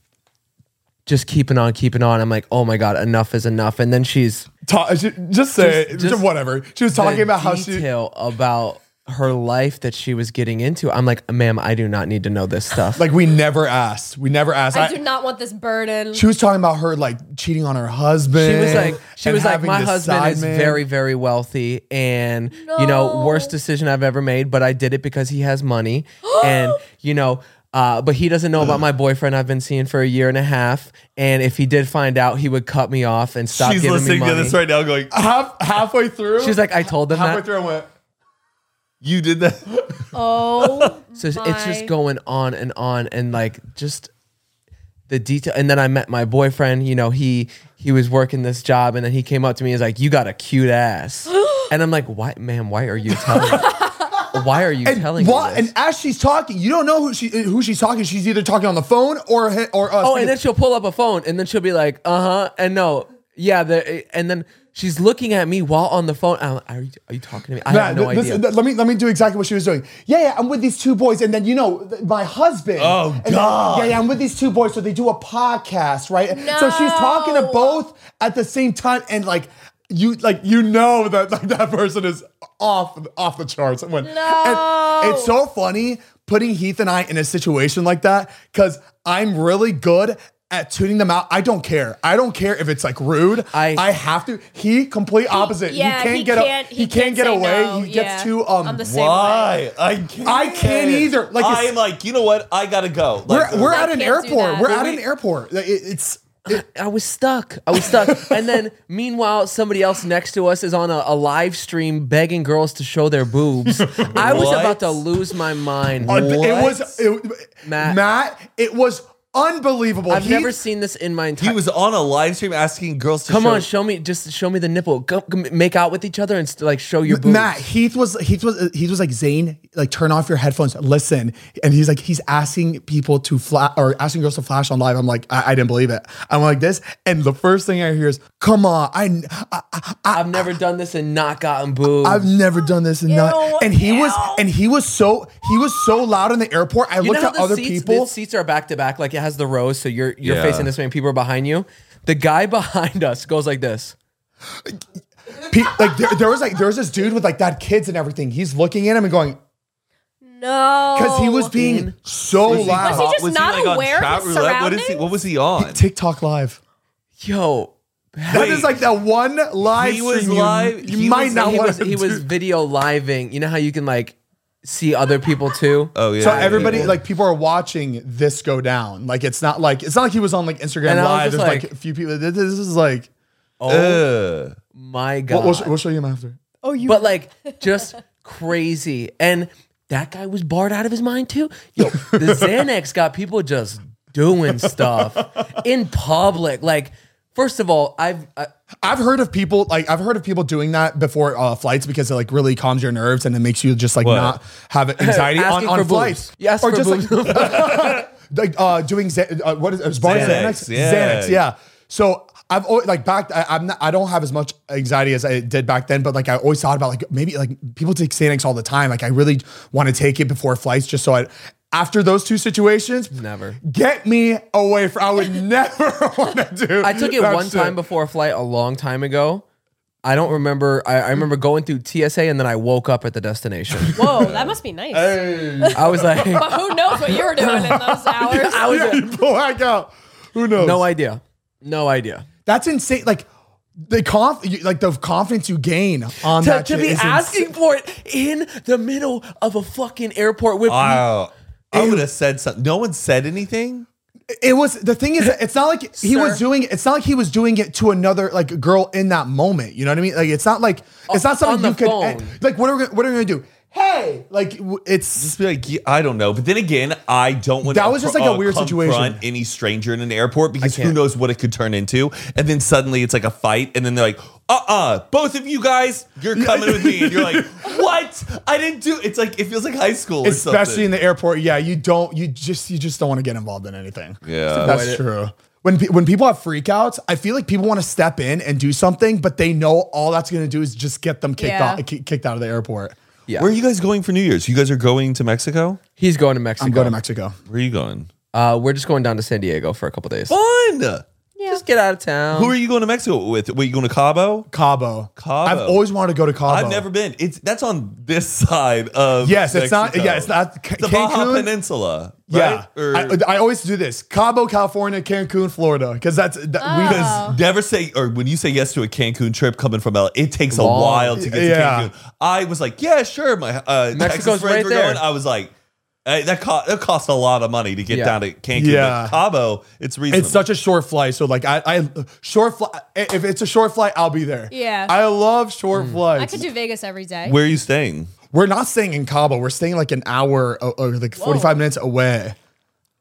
E: just keeping on keeping on i'm like oh my god enough is enough and then she's
C: Ta- she- just say it.
E: just
C: Just whatever. She was talking
E: the
C: about how she.
E: detail about her life that she was getting into i'm like ma'am i do not need to know this stuff
C: Like we never asked. We never asked.
D: I
C: I-
D: do not want this burden.
C: she was talking about her like cheating on her husband.
E: she was like she
C: and
E: was like
C: having
E: my
C: this
E: husband
C: side
E: is
C: man."
E: very very wealthy and you know worst decision i've ever made but i did it because he has money and you know uh, but he doesn't know about my boyfriend I've been seeing for a year and a half, and if he did find out, he would cut me off and stop
B: She's
E: giving me
B: listening
E: money.
B: to this right now, going,
C: half halfway through.
E: She's like, I told them
C: halfway
E: that.
C: through. I went.
B: "You did that."
D: oh,
E: So it's- it's
D: my-
E: just going on and on, and like just the detail. And then I met my boyfriend. You know, he he was working this job, and then he came up to me and was like, "You got a cute ass," and I'm like, "Why, man? Why are you telling? me? why are you
C: And,
E: telling
C: wha-
E: me?" This?
C: and as she's talking, you don't know who she who she's talking. She's either talking on the phone or hi- or us.
E: oh, and then she'll pull up a phone and then she'll be like, uh huh. And no, yeah. The, and then she's looking at me while on the phone. I'm like, are, you, are you talking to me? I have
C: Nah,
E: no
C: th- this-
E: idea.
C: th- let me let me do exactly what she was doing. Yeah, yeah, I'm with these two boys, and then you know th- my husband.
B: Oh,
C: And then-
B: God.
C: yeah, yeah, I'm with these two boys, so they do a podcast, right? So she's talking to
D: No.
C: both at the same time, and like you like you know that like that person is off off the charts. When,
D: No.
C: and it's so funny putting Heath and I in a situation like that because I'm really good. At tuning them out, I don't care. I don't care if it's like rude.
E: I-
C: I have to. He complete opposite.
D: yeah,
C: he can't
D: he
C: get a-
D: can't-
C: he,
D: he
C: can't
D: can't
C: get
D: say
C: away.
D: no,
C: He gets
D: yeah.
C: too um.
D: I'm the same
B: Why? I can't.
C: I can't either. Like, it's-
B: I'm like, you know what? I gotta go. Like,
C: We're, we're at an
D: can't do
C: airport.
D: that.
C: We're
D: But
C: at
D: we-
C: an airport. Like, it- it's
E: I was stuck. I was stuck. and then, meanwhile, somebody else next to us is on a, a live stream begging girls to show their boobs. I was
B: What?
E: about to lose my mind.
C: it was it, Matt.
E: Matt.
C: It was unbelievable.
E: I've
C: He-
E: never seen this in my entire.
B: he was on a live stream asking girls to
E: Come
B: show-
E: on, show me. Just show me the nipple. Go, go make out with each other and st- like show your boobs.
C: Matt Heath was Heath was Heath was like Zane, like turn off your headphones, listen, and he's like he's asking people to flash or asking girls to flash on live. I'm like I, I didn't believe it. I'm like this, and the first thing I hear is, "Come on, I I, I, I
E: I've never done this and not gotten boobs.
C: I've never done this and
D: Ew,
C: not. And he was
D: ew.
C: and he was so he was so loud in the airport. I
E: you
C: looked
E: know how
C: at
E: the
C: other
E: seats,
C: people.
E: The seats are back to back, like it has the rows, so you're you're
B: Yeah.
E: facing this way and people are behind you. The guy behind us goes like this.
C: Pe- like there, there was like there was this dude with like that kids and everything. He's looking at him and going
D: no.
C: because he
E: Oh,
C: was being so
D: Was he
C: loud.
D: just not
B: on
D: aware of
B: chat
D: his
B: roulette? What is he?
D: surroundings?
B: What was he on?
C: TikTok live.
E: Yo,
C: That is like that one live
B: He was
C: stream you-
B: live-
C: You,
B: he
C: might
B: was-
C: not
E: he
C: want
E: was
C: to.
E: he was video living. You know how you can like see other people too.
B: Oh yeah.
C: So
B: yeah,
C: everybody,
B: yeah.
C: like people, are watching this go down. Like it's not like it's not like he was on like Instagram
E: And I was
C: live.
E: just
C: There's like,
E: like-
C: a few people. This this is like
B: Oh.
C: uh,
B: Ugh.
E: my
C: we'll,
E: god.
C: we'll, sh- we'll show you him after.
D: Oh, you.
E: but like just crazy. And that guy was barred out of his mind too. Yo, the Xanax got people just doing stuff in public. Like, first of all, I've I,
C: I've heard of people like I've heard of people doing that before uh, flights because it like really calms your nerves and it makes you just like not have anxiety on,
E: asking for
C: on
E: boobs.
C: flights.
E: You ask
C: or
E: for
C: just
E: boobs.
C: like like uh, doing Xan- uh, what is it? Bar-
B: Xanax,
C: Xanax?
B: yeah.
C: Xanax, yeah. So I've always like back. I, I'm not. I don't have as much anxiety as I did back then, but like I always thought about like maybe like people take Xanax all the time. Like I really want to take it before flights, just so I. After those two situations,
E: Never.
C: get me away from. I would never want to do.
E: I took it
C: that
E: one
C: shit.
E: time before a flight a long time ago. I don't remember. I, I remember going through TSA and then I woke up at the destination.
D: whoa, that must be nice.
E: I was like,
D: But who knows what you were doing in those hours?
E: I was
C: Yeah, you black out. Who knows?
E: no idea, no idea.
C: That's insane. Like the conf, you- like the confidence you gain on
E: To,
C: that
E: to
C: shit
E: be
C: is ins-
E: asking for it in the middle of a fucking airport with
B: Wow. I would have said something. No one said anything.
C: It was the thing is, that it's not like he was doing. It's not like he was doing it to another like girl in that moment. You know what I mean? Like it's not like it's not something
E: Oh, on
C: you
E: the
C: could. eh,
E: phone.
C: Like what are we, what are we gonna do? Hey, like w- it's
B: Just be like, yeah, I don't know. But then again, I don't want
C: That was just like a weird situation.
B: Any stranger in an airport because who knows what it could turn into. And then suddenly it's like a fight, and then they're like, "Uh, uh both of you guys, you're coming with me." And you're like, "What? I didn't do." It's like it feels like high school,
C: especially
B: or
C: in the airport. Yeah, you don't. You just you just don't want to get involved in anything.
B: Yeah.
C: that's true. When, pe- when people have freakouts, I feel like people want to step in and do something, but they know all that's going to do is just get them kicked
D: Yeah.
C: out, ki- kicked out of the airport.
B: yeah. Where are you guys going for New Year's? You guys are going to Mexico.
E: He's going to Mexico.
C: I'm going to Mexico.
B: Where are you going?
E: Uh, we're just going down to San Diego for a couple days.
B: Fun.
C: Um,
E: Just get out of town.
B: Who are you going to Mexico with? Were you going to Cabo?
C: Cabo.
B: Cabo.
C: I've always wanted to go to Cabo.
B: I've never been. It's that's on this side of
C: Yes, it's not-
B: Mexico.
C: yeah, it's not- C-
B: the Baja
C: Cancun?
B: Peninsula.
C: Yeah,
B: right? Or-
C: I, I always do this: Cabo, California, Cancun, Florida, because that's that,
D: Oh.
C: we.
B: Because never say, or when you say yes to a Cancun trip coming from LA, it takes
E: Long.
B: a while to get
C: Yeah.
B: to Cancun. I was like, yeah, sure. My uh, Texas
E: Mexico's
B: friends
E: right
B: were
E: there.
B: going. I was like, hey, that cost that costs a lot of money to get
E: Yeah.
B: down to Cancun.
C: Yeah.
B: But Cabo, it's reasonable.
C: It's such a short flight, so like I, I short flight. If it's a short flight, I'll be there.
D: Yeah.
C: I love
B: Mm.
C: short
D: I
C: flights.
D: could do Vegas every day.
B: Where are you staying?
C: we're not staying in Cabo. We're staying like an hour o- or like forty five minutes away.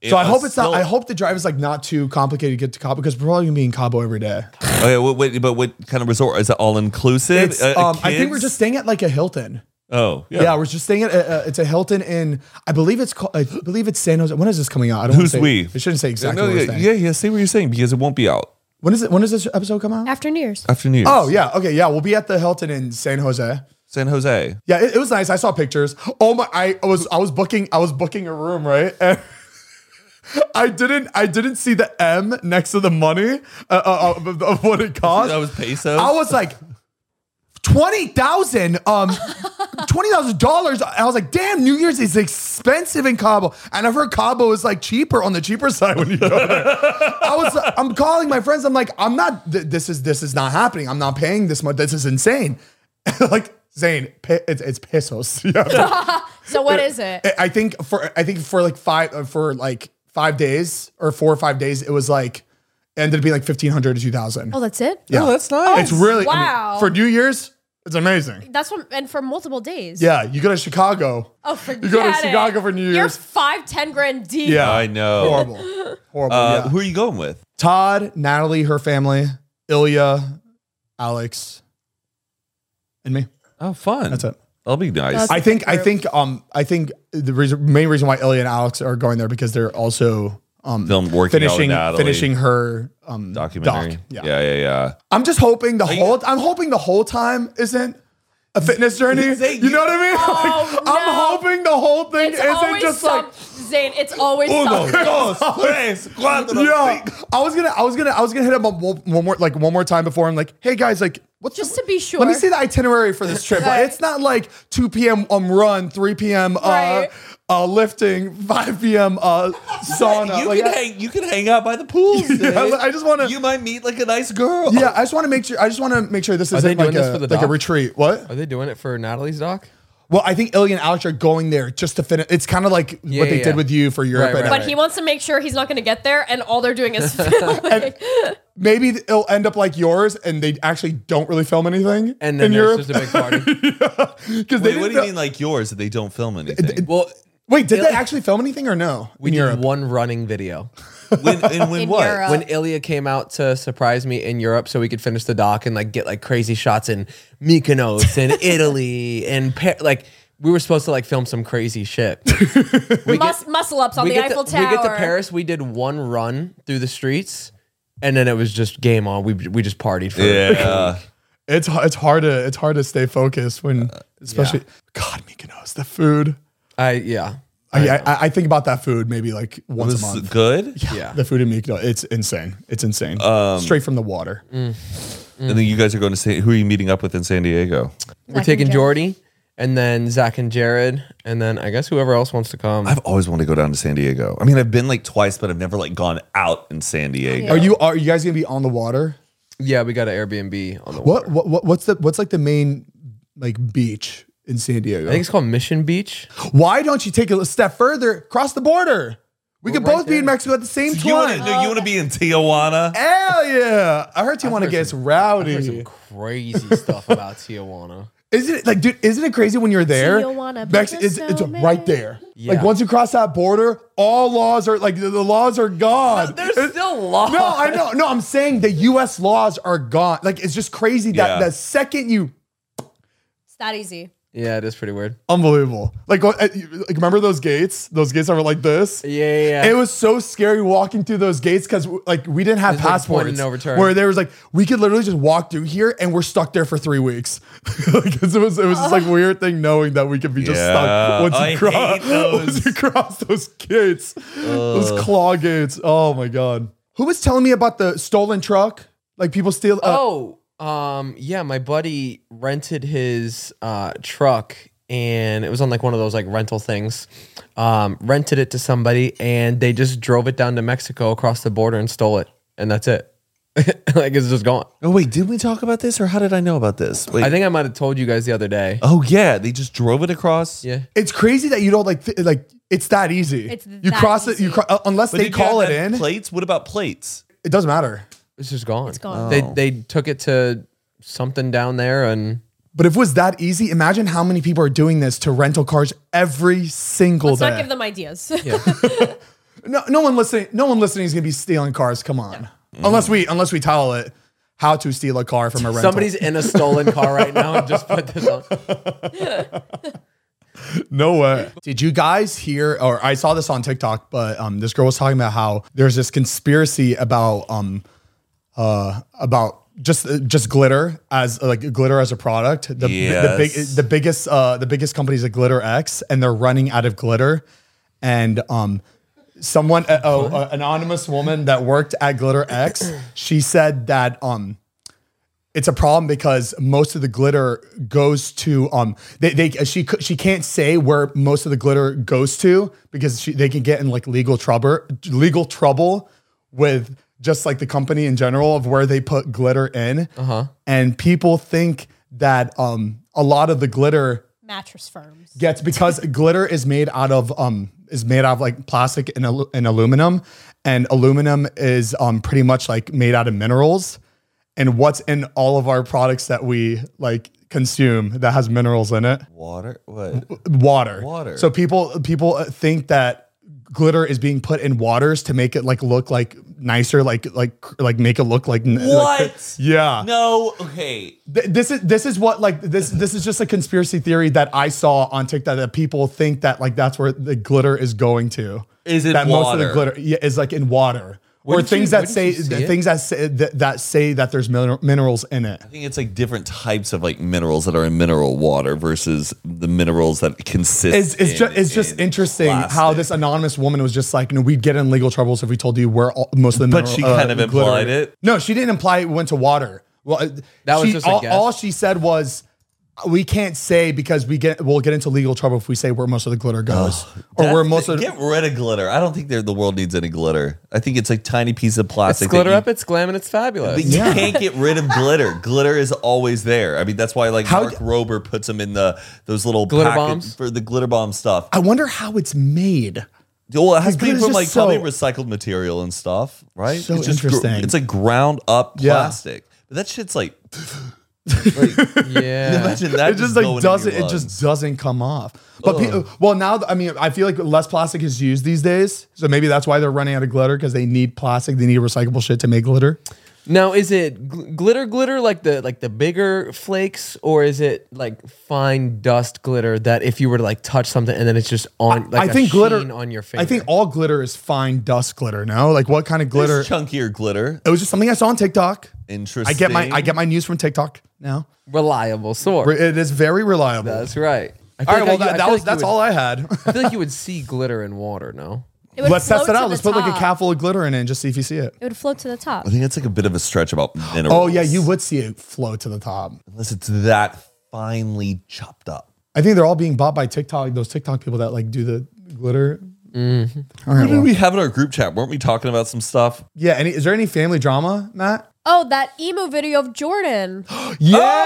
C: So I
B: was
C: hope it's not.
B: still-
C: I hope the drive is like not too complicated to get to Cabo because we're probably gonna be in Cabo every day.
B: Okay, what, what, but what kind of resort is it? All inclusive?
C: It's, um, I think we're just staying at like a Hilton.
B: Oh, uh, yeah.
C: Yeah, we're just staying at a, a- it's a Hilton in I believe it's called I believe it's San Jose. When is this coming out? I don't wanna
B: Who's
C: say,
B: we?
C: I shouldn't say exactly.
B: No,
C: what we're
B: yeah,
C: saying.
B: yeah, yeah. Say what you're saying because it won't be out
C: When is it? When does this episode come out?
D: After New Year's.
B: after New Year's.
C: Oh yeah. Okay. Yeah, we'll be at the Hilton in San Jose.
B: San Jose.
C: Yeah, it, it was nice. I saw pictures. Oh my! I was I was booking I was booking a room right. And I didn't I didn't see the M next to the money uh, uh, of, of what it cost.
B: That was pesos?
C: I was like twenty thousand um twenty thousand dollars. I was like, damn, New Year's is expensive in Cabo, and I've heard Cabo is like cheaper on the cheaper side when you go there. I was I'm calling my friends. I'm like, I'm not. th- this is this is not happening. I'm not paying this much. This is insane. like Zane, pe- it's, it's pesos. Yeah.
D: So what is it?
C: I think for I think for like five uh, for like five days or four or five days, it was like ended up being like fifteen hundred to two thousand.
D: Oh, that's it.
C: yeah,
E: that's nice.
C: It's really I mean,
D: wow.
C: for New Year's. It's amazing.
D: That's what, and for multiple days.
C: Yeah, you go to Chicago.
D: Oh, forget
C: You go to
D: it.
C: Chicago for New
D: You're
C: Year's.
D: five, ten grand deep.
C: Yeah,
B: I know.
C: horrible, horrible.
B: Uh,
C: yeah.
B: Who are you going with?
C: Todd, Natalie, her family, Ilya, Alex, and me.
B: Oh, fun.
C: That's it.
B: That'll be nice.
D: That's-
C: I think I think um I think the reason, main reason why Ilya and Alex are going there because they're also um
B: Them working out with
C: finishing
B: Natalie.
C: finishing her um
B: documentary.
C: doc. Yeah.
B: yeah, yeah, yeah.
C: I'm just hoping the whole I'm hoping the whole time isn't a fitness journey.
B: Zay,
C: You know what I mean?
D: Oh,
C: Like, I'm
D: no.
C: hoping the whole thing
D: It's
C: isn't
D: always
C: just like
D: some,
C: Oh,
D: Zane. It's always something.
B: dos, tres, cuatro.
C: yeah. I was gonna I was gonna I was gonna hit him up one, one more like one more time before I'm like, hey guys, like what's
D: Just
C: the-
D: to be sure.
C: Let me see the itinerary for this trip. Like,
D: Right.
C: It's not like 2 p.m. um run, 3 p.m. Uh,
D: Right.
C: uh, lifting, 5 p.m. Uh, sauna.
H: you
C: Like,
H: can
C: I-
H: hang. You can hang out by the pool. Sid.
C: I- I just wanna-
H: You might meet like a nice girl.
C: yeah, I just want to make sure. I just want to make sure this
E: they
C: isn't like,
E: doing this
C: a,
E: for the
C: like a
E: doc?
C: retreat. What?
E: Are they doing it for Natalie's doc?
C: Well, I think Ilya and Alex are going there just to finish. It's kind of like what they
E: yeah,
C: did
E: yeah.
C: with you for Europe.
E: Right,
C: and
E: right,
D: But
E: right.
D: he wants to make sure he's not going to get there, and all they're doing is filming.
C: Maybe it'll end up like yours, and they actually don't really film anything
E: And
C: in
E: then there's
C: Europe.
E: just a big party.
C: Because
H: Wait, what do you mean like yours that they don't film anything?
E: well,
C: Wait, did
E: Ilya-
C: they actually film anything or no?
E: we
C: in
E: did
C: Europe.
E: one running video.
H: when and when
D: In
H: what?
D: Europe.
E: when Ilya came out to surprise me in Europe so we could finish the doc and like get like crazy shots in Mykonos and Italy and pa- like we were supposed to like film some crazy shit. we
D: Mus- muscle ups on
E: we
D: the
E: get
D: Eiffel
E: to,
D: Tower.
E: We get to Paris, we did one run through the streets and then it was just game on. We we just partied for
H: Yeah.
C: It's it's hard to it's hard to stay focused when
E: Uh,
C: especially God Mykonos the food.
E: I yeah.
C: I, I, I think about that food maybe like once
H: This
C: a
H: is
C: month.
H: good.
E: Yeah. Um,
C: The food in Mykonos, it's insane. It's insane. Straight from the water.
E: Mm.
H: And then you guys are going to San. Who are you meeting up with in San Diego?
E: We're taking Jordy and then Zach and Jared and then I guess whoever else wants to come.
H: I've always wanted to go down to San Diego. I mean, I've been like twice, but I've never like gone out in San Diego.
C: Are you are you guys gonna be on the water?
E: yeah, we got an Airbnb on the
C: What, what what what's the what's like the main like beach in San Diego?
E: I think it's called Mission Beach.
C: Why don't you take it a step further, cross the border? We could both be in Mexico at the same
H: You want to?
C: time.
H: No, you want to be in Tijuana?
C: Hell yeah! I heard Tijuana gets
E: There's
C: rowdy.
E: some crazy stuff about Tijuana.
C: Isn't it like, dude? Isn't it crazy when you're there?
D: Tijuana,
C: Mex-
D: Big
C: it's, it's
D: Snowman.
C: right there.
E: Yeah.
C: Like once you cross that border, all laws are like the, the laws are gone.
E: There's still law.
C: no, I know. No, I'm saying the U.S. laws are gone. Like it's just crazy that
H: Yeah.
C: the second you
D: It's that easy.
E: Yeah, it is pretty weird.
C: unbelievable. Like what- uh, you- like remember those gates? Those gates that were like this.
E: Yeah, yeah.
C: It was so scary walking through those gates because like we didn't have
E: There's, like, point
C: passports.
E: and no return.
C: where there was like we could literally just walk through here and we're stuck there for three weeks. Because it was it was just like weird thing knowing that we could be just
H: Yeah,
C: stuck once
H: I
C: you cross
H: hate those.
C: once you cross those gates, those claw gates. Oh my god! Who was telling me about the stolen truck? Like people steal. Uh,
E: oh, um, yeah. My buddy rented his uh, truck, and it was on like one of those like rental things. Um, rented it to somebody, and they just drove it down to Mexico across the border and stole it, and that's it. like it's just gone.
H: Oh wait, did we talk about this, or how did I know about this? Wait.
E: I think I might have told you guys the other day.
H: oh yeah, they just drove it across.
E: Yeah.
C: It's crazy that you don't like th- like it's that easy.
D: It's
C: you
D: that
C: cross it.
D: easy.
C: You cro- uh, unless
H: But
C: they
H: did you
C: call
H: have
C: it
H: that
C: in,
H: Plates. What about plates?
C: it doesn't matter.
E: It's just gone. It's
C: Oh.
D: gone.
E: They they took it to something down there, and
C: But if it was that easy, imagine how many people are doing this to rental cars every single
D: Let's
C: day.
D: not give them ideas.
C: no, no one listening. No one listening is going to be stealing cars. Come on, unless we unless we tell it how to steal a car from a rental.
E: somebody's in a stolen car right now. and Just put this on.
C: no way. Did you guys hear? Or I saw this on TikTok, but um, this girl was talking about how there's this conspiracy about um, uh, about just uh, just glitter as like glitter as a product. The, the big
H: Yes.
C: the biggest uh, the biggest company is a Glitter X, and they're running out of glitter, and um. Someone, uh, oh, uh, anonymous woman that worked at Glitter X, she said that um, it's a problem because most of the glitter goes to um they, they she cou- she can't say where most of the glitter goes to because she, they can get in like legal trouble legal trouble with just like the company in general of where they put glitter in uh-huh. and people think that um a lot of the glitter
D: Mattress firms.
C: gets because glitter is made out of um is made out of like plastic and, alu- and aluminum and aluminum is um pretty much like made out of minerals and what's in all of our products that we like consume that has minerals in it
H: Water. What?
C: water
H: Water.
C: so people people uh, think that glitter is being put in waters to make it like look like nicer like like like make it look like n- like-
H: What?
C: yeah
H: No. Okay.
C: Th- this is this is what like this this is just a conspiracy theory that I saw on TikTok that people think that like that's where the glitter is going to.
H: Is it
C: that most of the
H: water?
C: glitter yeah, is like in water or
E: Wouldn't
C: things
E: you-
C: that
E: wouldn't
C: say
E: you see
C: th-
E: it?
C: things that say that, that say that there's min- minerals in it.
H: I think it's like different types of like minerals that are in mineral water versus the minerals that consist.
C: It's, it's just
H: in-
C: it's just
H: in
C: interesting how
H: plastic.
C: this anonymous woman was just like, you know, we'd get in legal troubles if we told you where all, most of the
H: But
C: mineral-
H: she
C: uh,
H: kind of
C: glitter-
H: implied it.
C: No, she didn't imply it went to water. Well, uh,
E: That was
C: she-
E: just a
C: all,
E: guess.
C: all she said was we can't say because we get we'll get into legal trouble if we say where most of the glitter goes or where most of
B: Get rid of glitter. I don't think there- the world needs any glitter. I think it's a tiny piece of plastic.
E: It's glitter
B: that you-
E: up, it's glam, and it's fabulous.
B: But you can't get rid of glitter. Glitter is always there. I mean, that's why like
C: How
B: Mark
C: d-
B: Rober puts them in the those little
E: Glitter
B: packet-
E: bombs?
B: for the glitter bomb stuff.
C: I wonder how it's made.
B: Well, it has to be
C: glitter's
B: from
C: just
B: like probably
C: so-
B: recycled material and stuff, right?
C: So
B: gr-
C: interesting.
B: it's like ground up
C: Yeah.
B: plastic. But that shit's like
E: yeah.
B: imagine that
C: it just like
B: does
C: doesn't it just doesn't come off. But pe- uh, well, now th- I mean, I feel like less plastic is used these days, so maybe that's why they're running out of glitter because they need plastic. They need recyclable shit to make glitter.
E: Now, is it gl- glitter, glitter like the like the bigger flakes, or is it like fine dust glitter that if you were to like touch something and then it's just on like
C: I think glitter
E: on your finger?
C: I think all glitter is fine dust glitter. No, like what kind of glitter?
B: glitter chunkier glitter.
C: it was just something I saw on TikTok.
B: Interesting.
C: I get my I get my news from TikTok now.
E: reliable source.
C: It is very reliable.
E: That's right. I feel
C: all right,
E: like
C: well
E: I-
C: that,
E: I feel
C: that was
E: like you
C: that's
E: would-
C: all I had.
E: I feel like you would see glitter in water. No,
D: It would
C: Let's test
D: float
C: it
D: to
C: out.
D: the
C: Let's put like a
D: top.
C: cap full of glitter in it and just see if you see it.
D: It would float to the top.
B: I think it's like a bit of a stretch about minerals.
C: Oh yeah, you would see it float to the top.
B: unless it's that finely chopped up.
C: I think they're all being bought by TikTok. Those TikTok people that like do the glitter. All
B: What
C: right.
B: did
C: well.
B: we have in our group chat? Weren't we talking about some stuff?
C: Yeah. Any, is there any family drama, Matt?
D: Oh, that emo video of Jordan.
C: Yeah.
B: Oh, that's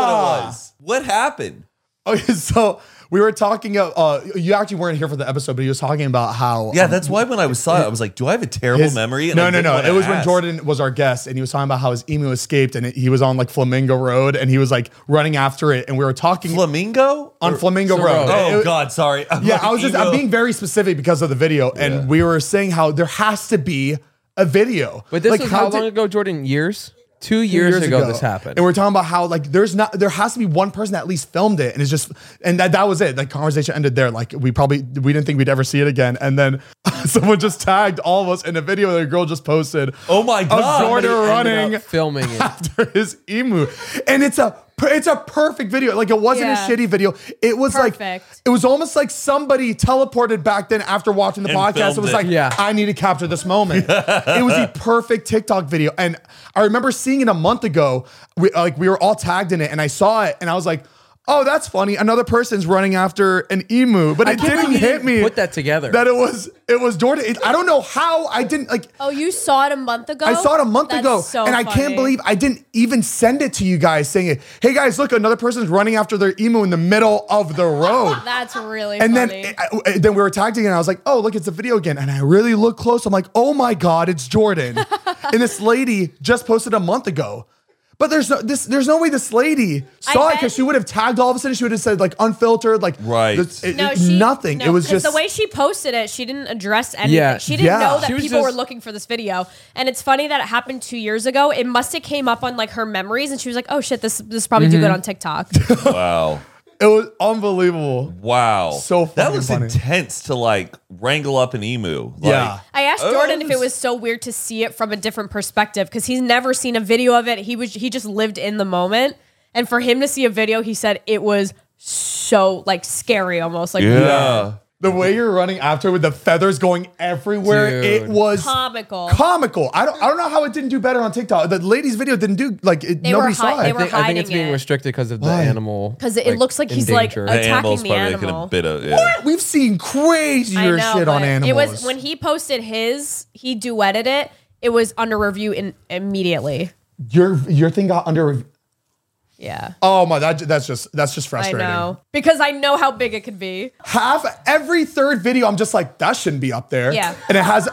B: what it was. What happened?
C: Oh, Okay, so we were talking. Uh, uh, you actually weren't here for the episode, but he was talking about how.
B: Yeah, that's why when I was saw it, I was like, "Do I have a terrible
C: his-
B: memory?"
C: no,
B: I
C: no,
B: didn't
C: no.
B: wanna
C: It was when
B: ask.
C: Jordan was our guest, and he was talking about how his emu escaped, and it, he was on like Flamingo Road, and he was like running after it, and we were talking
B: Flamingo.
C: on Flamingo
E: It's a
C: Road.
E: road.
C: It-
B: Oh
C: it-
B: God, sorry. I'm
C: Yeah,
B: like,
C: I was just
B: emo.
C: I'm being very specific because of the video, and we were saying how there has to be a video.
E: but this
C: Like,
E: was how,
C: did-
E: long ago, Jordan? Years? Two years, ago, this happened.
C: And we're talking about how like there's not there has to be one person that at least filmed it, and it's just and that that was it. Like conversation ended there. Like we probably we didn't think we'd ever see it again, and then someone just tagged all of us in a video that a girl just posted.
B: Oh my God.
C: of Jordan
E: Somebody ended
C: running
E: up filming it.
C: after his emu, and it's a. per- It's a perfect video. Like it wasn't
D: Yeah.
C: a shitty video. It was like
D: Perfect.
C: it was almost like somebody teleported back then after watching the
B: And
C: podcast. It
B: filmed
C: was
B: it.
C: like,
E: Yeah.
C: I need to capture this moment. it was the perfect TikTok video, and I remember seeing it a month ago. We like we were all tagged in it, and I saw it, and I was like, "Oh, that's funny! Another person's running after an emu." But it
E: can't
C: didn't
E: believe you
C: hit
E: didn't
C: me.
E: put that together.
C: That it was it was Jordan. It- I don't know how I didn't like.
D: Oh, you saw it a month ago?
C: I saw it a month
D: That's
C: ago,
D: so
C: and I
D: funny.
C: can't believe I didn't even send it to you guys saying it. Hey guys, look, another person's running after their emu in the middle of the road.
D: That's really
C: and then,
D: funny.
C: I- I- then we were tagged again. I was like, "Oh, look, it's the video again." And I really look close. I'm like, "Oh my god, it's Jordan!" and this lady just posted a month ago. But there's no this. There's no way this lady saw it
D: bet-
C: because she would have tagged all of a sudden. She would have said like unfiltered, like
B: Right.
C: this- it-
D: no,
C: it-
D: she,
C: nothing.
D: no,
C: it was
D: 'cause
C: just
D: the way she posted it. She didn't address anything.
E: Yeah.
D: She didn't
C: Yeah.
D: know that
E: She was
D: people were
E: just-
D: looking for this video. And it's funny that it happened two years ago. It must have came up on like her memories, and she was like, "Oh shit, this this probably
C: Mm-hmm.
D: do good on TikTok."
B: Wow.
C: it was unbelievable.
B: Wow.
C: So
B: that
C: fucking
B: was
C: funny.
B: intense to like wrangle up an emu. Like,
C: Yeah.
D: I asked Jordan if it
E: Oh.
B: this-
D: was so weird to see it from a different perspective because he's never seen a video of it. He was he just lived in the moment, and for him to see a video, he said it was so like scary, almost like
B: Yeah.
C: The way you're running after with the feathers going everywhere, it
E: Dude.
C: was
D: comical.
C: comical. I don't I don't know how it didn't do better on TikTok. The ladies' video didn't do like it,
D: They were
C: nobody
D: hot-
C: saw
D: they
C: it.
D: were-
E: I think, I think it's
D: hiding
E: being
D: it.
E: restricted because of the animal.
D: 'Cause it- it looks like
E: in
D: he's, like,
E: danger.
D: a- Attacking
B: animals
D: the
B: probably
D: animal.
B: making a bit of yeah.
C: We've seen
D: I
C: crazier
D: know,
C: shit on
D: but
C: animals.
D: It was when he posted his, he duetted it. It was under review in, immediately.
C: your your thing got under. rev-
D: Yeah,
C: Oh my, that, that's just that's just
D: I
C: frustrating.
D: know because I know how big it could be.
C: Half every third video, I'm just like that shouldn't be up there.
D: Yeah.
C: and it has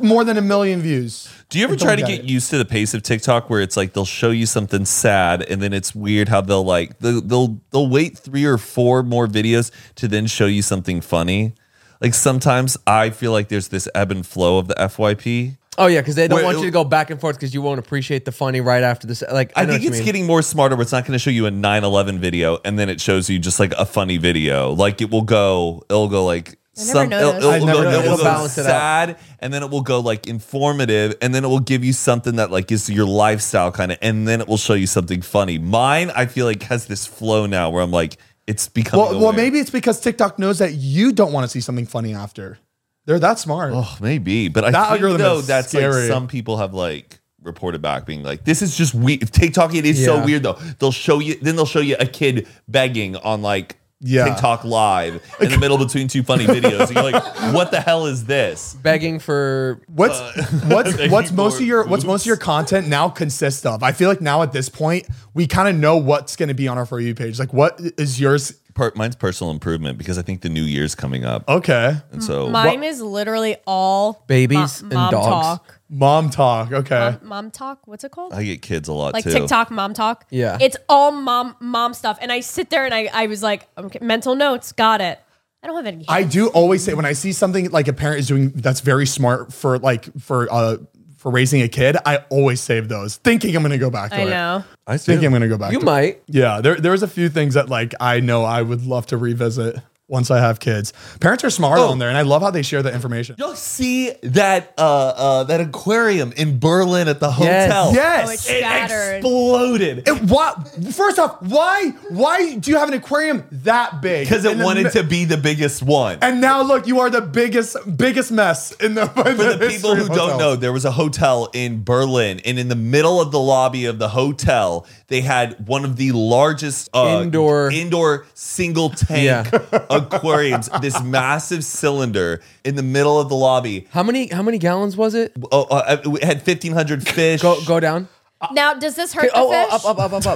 C: more than a million views.
B: Do you ever
C: I don't
B: try to
C: get
B: get
C: it.
B: used to the pace of TikTok where it's like they'll show you something sad and then it's weird how they'll like they'll they'll, they'll wait 3 or 4 more videos to then show you something funny? Like sometimes I feel like there's this ebb and flow of the FYP.
E: Oh yeah, because they don't
B: Wait,
E: want
B: it-
E: you to go back and forth because you won't appreciate the funny right after this. Like I,
B: I,
E: know
B: think
E: what you
B: it's
E: mean.
B: getting more smarter where it's not going to show you a 9-11 video and then it shows you just like a funny video. Like it will go, it'll go like
D: never
B: some, it'll,
D: noticed.
B: it'll,
D: I
B: go-
C: never
B: it'll
C: noticed.
B: go
C: It'll
E: balance it out.
B: sad and then it will go like informative and then it will give you something that like is your lifestyle kind of and then it will show you something funny. Mine, I feel like has this flow now where I'm like, it's becoming
C: Well, well,
B: aware.
C: maybe it's because TikTok knows that you don't want to see something funny after. They're that smart.
B: Oh, maybe, but I
C: That
B: think
C: algorithm
B: though
C: is
B: that's like
C: scary.
B: some people have like reported back being like, "This is just weird." TikTok, it is so
E: Yeah.
B: weird though. They'll show you, then they'll show you a kid begging on like
C: Yeah.
B: TikTok live in the middle between two funny videos. And you're like, "What the hell is this?"
E: begging for
C: What's what's what's
B: for
C: most of your what's most of your content now consist of? I feel like now at this point we kind of know what's going to be on our for you page. Like what is yours?
B: Per- mine's personal improvement because I think the new year's coming up,
C: Okay,
B: and so
D: Mine is literally all
E: Babies and dogs.
D: talk.
C: mom talk. Okay,
D: Mom talk. What's it called?
B: I get kids a lot
D: like
B: too.
D: TikTok mom talk.
E: Yeah.
D: It's all mom mom stuff. And I sit there and I, I was like, okay, mental notes, got it. I don't have any
C: I do always say when I see something like a parent is doing that's very smart for like for uh for raising a kid, I always save those, thinking I'm going to go back to
D: I
C: it.
D: know.
B: I
C: Thinking I'm going to go back.
E: you
C: to it.
E: might
C: Yeah, there there was a few things that like I know I would love to revisit once I have kids. Parents are
E: Oh.
C: smart on there, and I love how they share that information.
B: Y'all see that uh, uh, that aquarium in Berlin at the
E: Yes.
B: hotel?
C: Yes.
D: Oh, it's
B: It
D: Shattered.
B: exploded.
C: It, why, first off, why why do you have an aquarium that big?
B: because it
C: And the
B: wanted
C: mi-
B: to be the biggest one.
C: And now look, you are the biggest biggest mess in the for
B: for the people who don't know, there was a hotel in Berlin, and in the middle of the lobby of the hotel, they had one of the largest uh,
E: Indoor-
B: indoor single tank aquariums. This massive cylinder in the middle of the lobby.
E: how many how many gallons was it
B: Oh, uh, it had fifteen hundred fish.
E: go go down
C: Uh,
D: Now, does this hurt
E: oh,
D: the
E: oh
D: fish?
E: up up up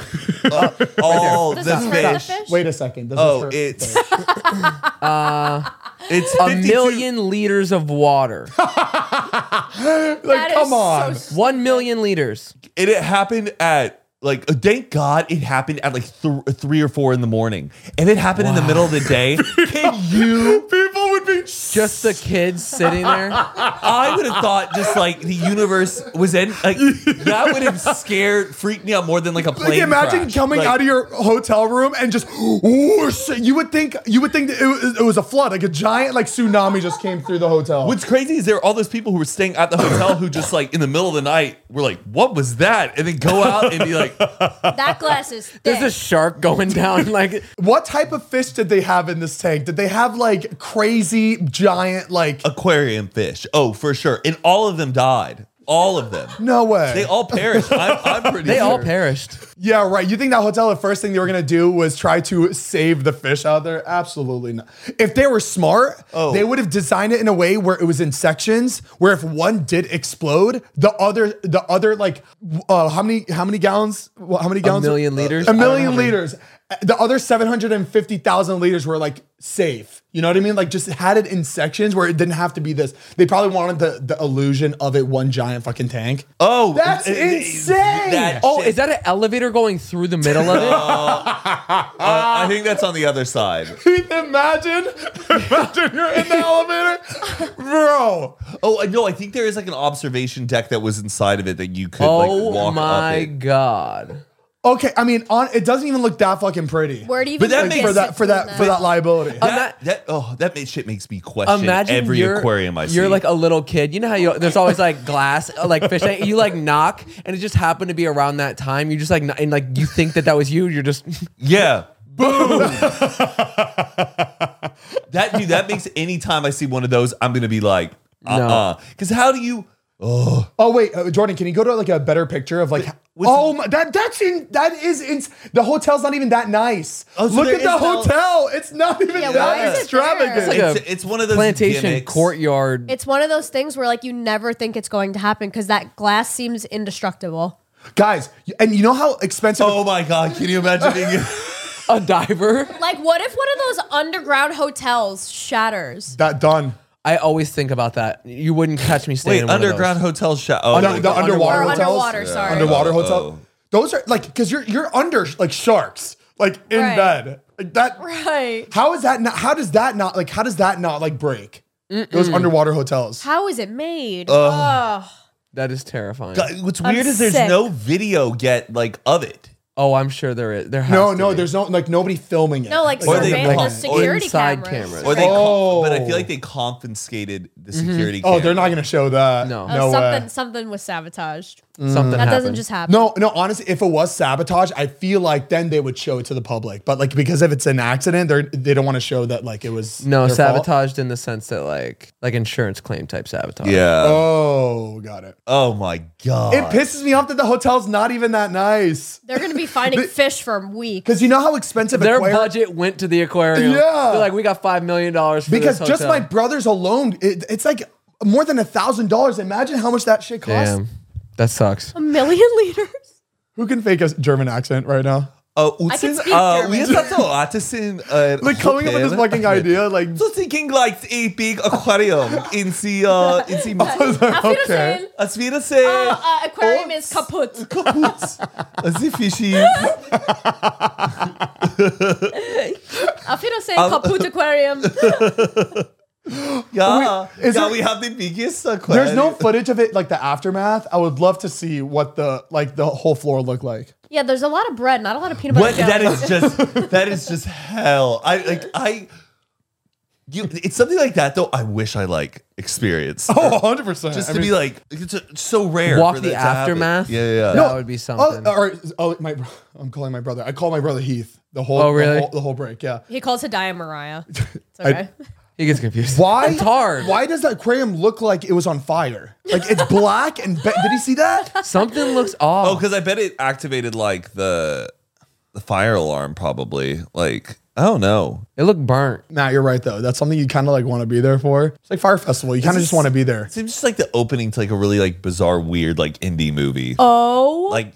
E: up up
B: all
D: Does
B: the
D: this hurt the
B: fish.
D: fish?
C: Wait a second. This
B: Oh,
C: is for-
B: it's it's
E: Uh, a
B: 52
E: million liters of water.
C: like,
D: That is
C: come on.
D: So
E: One million liters.
B: and it happened at like uh, thank god it happened at like th- three or four in the morning if it happened in the middle of the day can you
C: people would be
E: Just the kids sitting there.
B: i would have thought just like the universe was in like that would have scared freaked me out more than like a plane
C: like imagine
B: crash.
C: coming
B: Like,
C: out of your hotel room and just whoosh, you would think you would think that it was, it was a flood, like a giant like tsunami just came through the hotel.
B: What's crazy is there are all those people who were staying at the hotel who just like in the middle of the night were like, "What was that?" and then go out and be like,
D: that glass is thick.
E: There's a shark going down. Like
C: what type of fish did they have in this tank? Did they have like crazy giant like
B: "Aquarium fish." Oh, for sure. And all of them died. All of them.
C: no way?
B: They all perished. I'm, I'm pretty.
E: they all
B: sure.
E: perished.
C: Yeah, right. You think that hotel, the first thing they were gonna do was try to save the fish out there? Absolutely not. If they were smart,
E: Oh.
C: they would have designed it in a way where it was in sections, where if one did explode, the other, the other, like, uh, how many, how many gallons? Wha- How many gallons?
E: million liters?
C: A
E: I don't know
C: million
E: how many.
C: liters. The other seven hundred and fifty thousand liters were like safe. You know what I mean? Like just had it in sections where it didn't have to be this. They probably wanted the the illusion of it one giant fucking tank.
B: Oh,
C: That's
B: uh, uh,
C: insane!
B: that
E: Oh,
B: shit.
E: is that an elevator going through the middle of it?
B: Uh, I think that's on the other side.
C: Imagine, imagine you're in the elevator, bro.
B: Oh uh, no, I think there is like an observation deck that was inside of it that you could
E: Oh
B: like walk up.
E: my
B: it.
E: god.
C: Okay, I mean, on it doesn't even look that fucking pretty.
D: Where do you
B: But that
D: even get
B: makes-
C: for that for that for that liability?
D: Uh,
B: That, that oh that ma- shit makes me question
E: Imagine
B: every
E: you're,
B: aquarium I see.
E: You're like a little kid. You know how you there's always like glass, uh, like fish. tank. You like knock, and it just happened to be around that time. You just like kn- and like you think that that was you. You're just
B: yeah. Boom! that dude, that makes any time I see one of those, I'm gonna be like, uh, uh Because how do you?
C: oh wait, uh, Jordan, can you go to like a better picture of like? oh my, that that's in that is in the hotel's not even that nice.
B: Oh, so
C: Look
B: there
C: at the
B: is no-
C: hotel; it's not even
D: Yeah, why
C: that
D: is it there?
C: extravagant.
D: It's like
B: It's,
E: a
B: it's one of those
E: plantation
B: gimmicks.
E: courtyard.
D: It's one of those things where like you never think it's going to happen because that glass seems indestructible.
C: Guys, you- and you know how expensive?
B: Oh my god! Can you imagine being?
E: a diver.
D: Like, what if one of those underground hotels shatters?
C: that done.
E: I always think about that. You wouldn't catch me staying
B: Wait,
E: in one
B: underground hotel shop. Oh,
C: Under-
B: my
C: the
B: God.
C: underwater,
D: Or
C: hotels,
D: underwater, sorry.
C: underwater
B: Oh,
C: hotel. Those are like because you're you're under like sharks, like in
D: Right.
C: bed, like that.
D: Right.
C: How is that not? How does that not like? How does that not like break? Those underwater hotels.
D: How is it made? Ugh.
E: Of those. That is terrifying.
B: God, What's weird is there's
D: sick.
B: no video yet, like of it.
E: Oh, I'm sure there is. There has
C: No,
E: to
C: no,
E: be.
C: there's no like nobody filming it.
D: No, like
B: Or they
D: surveillance
B: like-
D: security
E: inside
D: cameras.
E: cameras.
B: Or they,
C: Oh.
B: con- but I feel like they confiscated the security.
C: oh,
B: camera.
C: they're not gonna show that.
E: No.
D: Oh,
C: no uh,
D: something
C: way.
D: something was sabotaged.
B: Mm.
E: Something
D: That doesn't
E: happened.
D: just happen.
C: No, no, honestly, if it was sabotage, I feel like then they would show it to the public. But like because if it's an accident, they're they don't want to show that like it was
E: no
C: their fault.
E: sabotaged in the sense that like like insurance claim type sabotage.
B: Yeah.
C: Oh, got it.
B: Oh my god.
C: It pisses me off that the hotel's not even that nice.
D: They're gonna be finding fish for a week.
C: Because you know how expensive
E: Their
C: aquarium-
E: budget went to the aquarium.
C: Yeah.
E: They're like, we got five million dollars for
C: because
E: this
C: just my
E: hotel."
C: brothers alone, it, it's like more than a thousand dollars. Imagine how much that shit costs.
E: damn, that sucks.
D: A million liters.
C: Who can fake a German accent right now?
B: Uh,
D: I can
B: Utsin,
D: speak
B: uh,
D: German.
B: we just have to artisan, uh,
C: Like coming up with this
B: hotel.
C: fucking idea, like
B: So thinking like a big aquarium in the uh, in the mall.
D: Auf Wiedersehen.
B: As we say,
D: Uh,
C: ah.
D: uh, aquarium is kaput.
B: kaputt. As the fishy.
D: Auf Wiedersehen, kaput aquarium.
B: Yeah,
C: is
B: yeah,
C: there-
B: we have the biggest aquarium.
C: there's no footage of it, like the aftermath. I would love to see what the like the whole floor looked like.
D: yeah, there's a lot of bread, not a lot of peanut butter.
B: What
D: jelly.
B: that is just that is just hell. I like I. You, it's something like that though. I wish I like experience.
C: Oh, 100 percent.
B: just to be like it's a- so rare.
E: Walk
B: for
E: the
B: that to happen.
E: aftermath?
B: Yeah, yeah. yeah.
E: That would be
C: Oh,
E: something.
C: or, oh, my! bro- I'm calling my brother. I call my brother Heath. The whole, the
E: Oh, really?
C: whole- The whole, break, yeah.
D: he calls Hadiah Mariah. It's okay.
E: he gets confused.
C: Why?
E: It's hard.
C: Why does the aquarium look like it was on fire? Like it's black and ba- did he see that?
E: Something looks off.
B: Oh, because I bet it activated like the the fire alarm probably. Like I don't know.
E: it looked burnt.
C: Matt, you're right though. That's something you kind of like want to be there for. It's like fire festival. You kind of just want to be there.
B: It seems just like the opening to like a really like bizarre, weird like indie movie.
D: Oh,
B: Like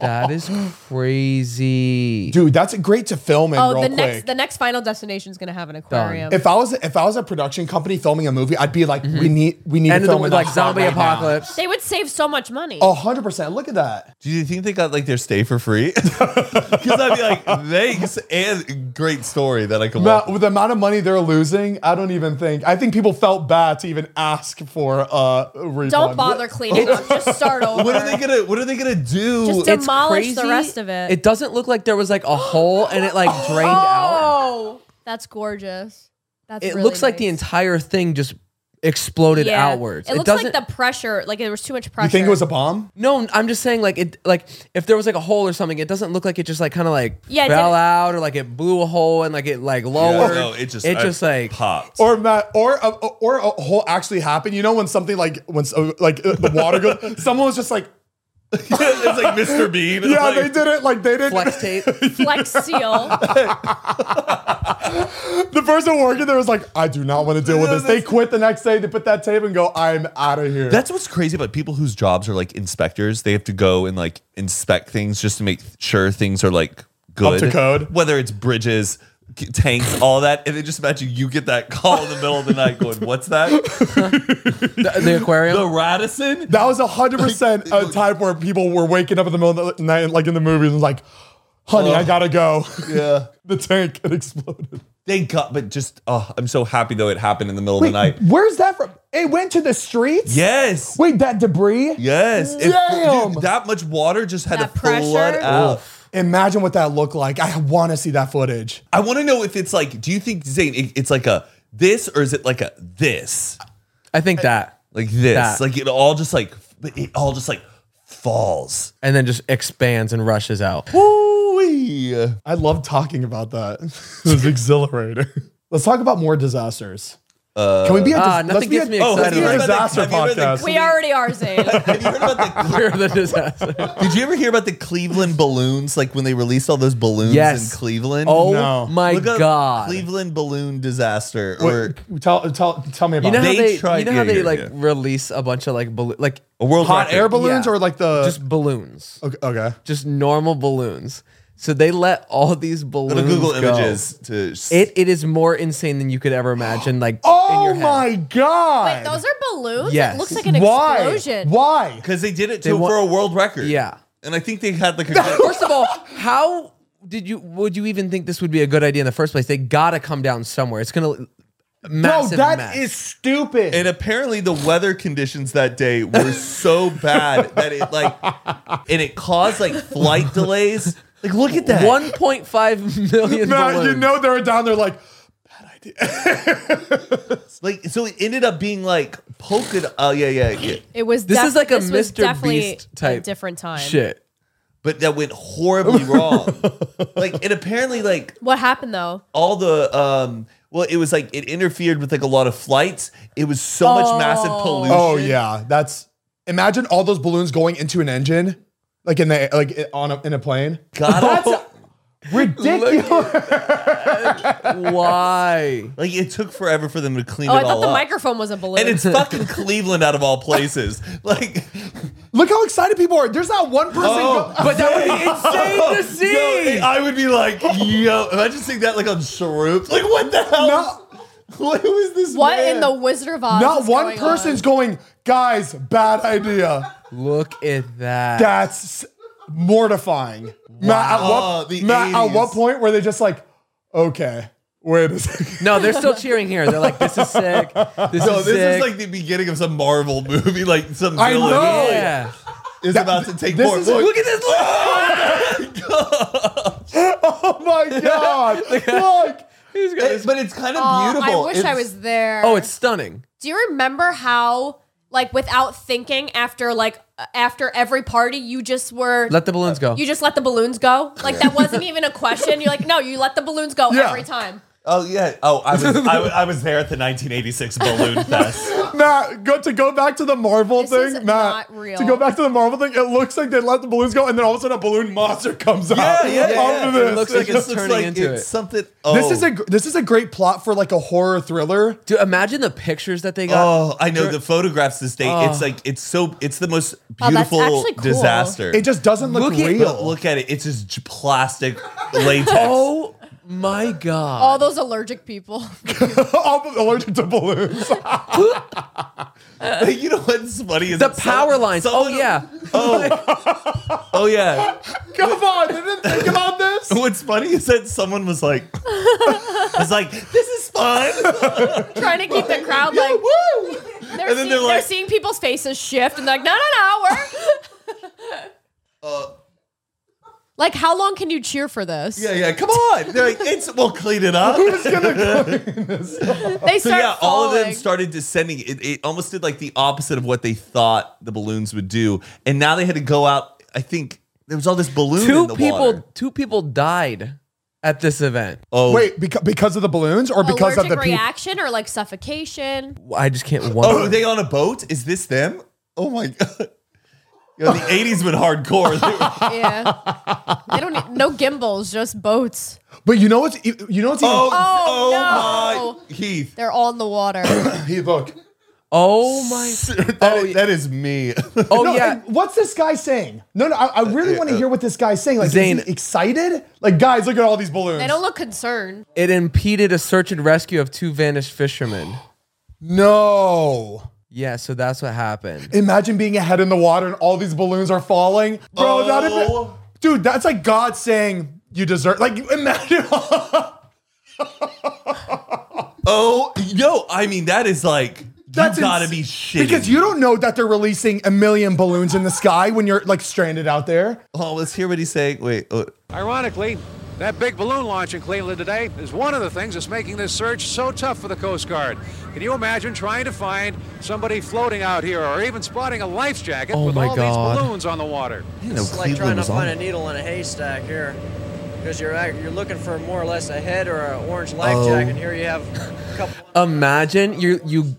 E: That is crazy.
C: Dude, that's great to film in
D: oh,
C: real
D: the
C: quick.
D: next the next final destination is gonna have an aquarium.
C: if I was if I was a production company filming a movie, I'd be like, we need we need
E: Mm-hmm. End
C: to
E: of the
C: film
E: world,
C: in
E: like
C: that
E: zombie
C: spot right now.
E: apocalypse.
D: they would save so much money.
C: A hundred percent. Look at that.
B: Do you think they got like their stay for free? Because I'd be like, thanks and great story that I can
C: Matt,
B: walk.
C: with the amount of money they're losing, I don't even think. I think people felt bad to even ask for uh, a refund.
D: Don't bother cleaning up. Just start over.
B: What are they gonna What are they gonna do?
D: Just
E: It's
D: demolish the
E: crazy.
D: rest of it.
E: It doesn't look like there was like a hole and it like drained out.
D: oh, that's gorgeous. That's
E: It
D: really
E: looks like the
D: nice.
E: entire thing just exploded
D: Yeah.
E: outwards.
D: It, looks like
E: doesn't.
D: the pressure. Like there was too much pressure.
C: You think it was a bomb?
E: no, I'm just saying like it like if there was like a hole or something, it doesn't look like it just like kind of like
D: Yeah, it
E: fell
D: didn't-
E: out or like it blew a hole and like it like lowered.
B: no, it just
E: it
B: I-
E: just like
B: popped.
C: Or Matt, or a, or a hole actually happened. You know when something like when so, like uh, the water goes, someone was just like,
B: it's like Mr. Bean.
C: yeah,
B: Like,
C: they did it. Like they did.
E: flex tape.
D: Flex seal.
C: The person working there was like, I do not want to deal with this. They quit the next day. They put that tape and go, I'm out of here.
B: That's what's crazy about people whose jobs are like inspectors. They have to go and like inspect things just to make sure things are like good
C: to code.
B: Whether it's bridges, c- tanks, all that, and then just imagine you get that call in the middle of the night going, "What's that?
E: the, the aquarium.
B: The Radisson?"
C: that was hundred percent a time where people were waking up in the middle of the night, like in the movies, and like, honey, I gotta go. Yeah, the tank had exploded.
B: Thank God, but just oh, I'm so happy though it happened in the middle of the night.
C: where's that from? It went to the streets.
B: Yes.
C: Wait, that debris.
B: Yes. It-
C: Damn.
B: dude, that much water just had
D: That
B: to flood
D: pressure.
B: out.
C: Imagine what that looked like. I want to see that footage.
B: I want to know if it's like, do you think, Zane, it- it's like a this or is it like a this?
E: I think that.
B: Like this.
E: That.
B: Like it all just like, but it all just like falls.
E: And then just expands and rushes out.
B: Ooh-wee.
C: I love talking about that. it was exhilarating. Let's talk about more disasters. Can we be a dis-
E: Ah, nothing
C: let's be
E: gets
C: a-
E: me
C: oh, let's
E: excited
C: be a
E: like that.
C: disaster
B: Have you heard of the-
C: podcast.
D: we already are Zane.
B: Have you heard about the,
E: We're the disaster.
B: did you ever hear about the Cleveland balloons? Like when they released all those balloons
E: Yes.
B: in Cleveland?
E: Oh
C: No.
E: my
B: Look up
E: god.
B: Cleveland balloon disaster. Or
C: Wait, tell, tell, tell me about
E: You know
C: it.
E: how
B: They
E: they,
B: tried-
E: you know how
B: yeah,
E: they
B: yeah,
E: like
B: yeah.
E: release a bunch of like balloon, like
B: a world
C: hot
B: record.
C: air balloons
E: Yeah.
C: or like the
E: just balloons,
C: okay, okay.
E: just normal balloons. So they let all these balloons
B: Go to Google
E: go.
B: Images to s-
E: It it is more insane than you could ever imagine. Like in
C: Oh
E: your head.
C: my god!
D: Wait, those are balloons.
E: Yes.
D: It looks like an
C: Why?
D: explosion.
C: Why?
B: Because they did it
E: They
B: to,
E: wa-
B: for a world record.
E: Yeah.
B: And I think they had like a good,
E: First of all, how did you would you even think this would be a good idea in the first place? They gotta come down somewhere. It's gonna
C: No,
E: massive
C: that
E: mess.
C: is stupid.
B: and apparently the weather conditions that day were so bad that it like and it caused like flight delays. Like look at that.
E: 1.5 million
C: Matt, you
E: balloons.
C: know they're down there like
B: Like so, it ended up being like polka. dot- Oh yeah, yeah, yeah.
D: It was.
E: This
D: def-
E: is like a
D: this was
E: Mr.
D: definitely
E: Beast type
D: a different time.
E: Shit.
B: But that went horribly wrong. like and apparently, like
D: What happened though?
B: all the um. Well, it was like it interfered with like a lot of flights. It was so much massive pollution.
C: Oh yeah, that's imagine all those balloons going into an engine, like in the like i- on a, in a plane.
B: God,
C: Ridiculous.
E: Why?
B: like it took forever for them to clean
D: Oh,
B: it
D: I thought
B: all
D: the
B: up.
D: microphone was a balloon.
B: and it's fucking Cleveland out of all places. Like
C: Look how excited people are. There's not one person. go-
E: But that would be insane to see.
B: Yo, I would be like, yo, imagine seeing that like on Shroop. Like, what the hell?
C: No.
B: What was this?
D: what
B: man?
D: in the Wizard of Oz?
C: not
D: is
C: one
D: going
C: person's
D: on?
C: going. Guys, bad idea.
E: Look at that.
C: That's mortifying. Matt, at
B: Oh,
C: what,
B: the
C: Matt, at
B: 80s.
C: what point were they just like, okay, wait a second.
E: No, they're still cheering here. They're like, "This is sick. This
B: No, this
E: is sick."
B: is like the beginning of some Marvel movie. Like some
C: I
B: villain
C: know.
E: yeah.
B: is about to take
C: This
B: more.
C: is-
B: Look,
C: look
B: at this! Look!
C: Oh my god! Look,
E: He's got his-
B: but it's kind of
D: Aw,
B: beautiful.
D: Oh, I wish
B: it's,
D: I was there.
E: oh, it's stunning.
D: Do you remember how, like, without thinking, after like uh, after every party, you just were
E: Let the balloons go.
D: you just let the balloons go? Like that wasn't even a question. You're like, no, you let the balloons go
C: Yeah.
D: every time.
B: Oh yeah. Oh, I was. I, was- I was there at the 1986 balloon fest. Oh,
C: Matt, go to go back to the Marvel
D: This
C: thing.
D: is
C: Matt,
D: not real.
C: to go back to the Marvel thing, it looks like they let the balloons go, and then all of a sudden a balloon monster comes out. onto
E: yeah.
C: This.
E: It looks like it's turning into
B: it's
E: it.
B: something. Oh,
C: this is a gr- this is a great plot for like a horror thriller.
E: Dude, imagine the pictures that they got.
B: Oh, I know the photographs this day. it's like it's so. It's the most
D: Oh, that's
B: beautiful
D: actually cool.
B: disaster.
C: It just doesn't look,
E: Look at-
C: real.
B: But look at it. It's just j- plastic latex.
E: Oh my god.
D: All those allergic people.
C: I'm allergic to balloons.
B: Like, you know what's funny
C: Oh.
B: is
E: The
B: that
E: power
B: some-
E: lines.
B: someone-
E: oh yeah.
B: Oh yeah.
C: Come on, they didn't think about this.
B: What's funny is that someone was like, was like, this is fun.
D: trying to keep the crowd like
B: Woo!
D: they're,
B: And then
D: seeing,
B: they're
D: they're,
B: like-
D: seeing people's faces shift and they're like no no no we're
B: Uh.
D: like how long can you cheer for this
B: Yeah, yeah. Come on. They're like, it's we'll clean it up.
D: they
B: So
D: start
B: yeah, all of them
D: falling.
B: started descending. It, it almost did like the opposite of what they thought the balloons would do, and now they had to go out. I think there was all this balloon. in
E: Two
B: the
E: people
B: water.
E: two people died at this event.
B: Oh,
C: Wait, because, because of the balloons or because
D: allergic
C: of the people?
D: reaction or like suffocation
E: I just can't
B: Oh, are
E: one.
B: they on a boat? Is this them? Oh my god. Yo, the 80s went hardcore. They were-
D: yeah they don't need, no gimbals just boats
C: But you know what's e- you know what's even
B: oh,
D: Oh,
B: oh my Heath.
D: they're all in the water
C: Hey, look.
E: Oh my
B: That is- that is me.
E: Oh
C: No,
E: yeah.
C: and what's this guy saying? No, no,
B: Uh,
C: I, I really want to hear what this guy's saying. Like,
E: Zane-
C: is he excited? Like, guys, look at all these balloons.
D: they don't look concerned
E: It impeded a search and rescue of two vanished fishermen.
C: no.
E: Yeah, so that's what happened.
C: Imagine being ahead in the water and all these balloons are falling. Bro, not even,
B: Oh.
C: dude, that's like God saying you deserve. Like, you imagine.
B: Oh, yo, I mean, that is like,
C: That's
B: you gotta
C: ins-
B: be shitty.
C: because you don't know that they're releasing a million balloons in the sky when you're like stranded out there.
B: Oh, let's hear what he's saying. Wait. Oh.
I: Ironically, that big balloon launch in Cleveland today is one of the things that's making this search so tough for the Coast Guard. Can you imagine trying to find somebody floating out here or even spotting a life jacket
E: Oh
I: with
E: my
I: all
E: God.
I: these balloons on the water?
J: It's like trying to find a needle in a haystack here, because you're act- you're looking for more or less a head or an orange life jacket. And here you have a couple.
E: Imagine you you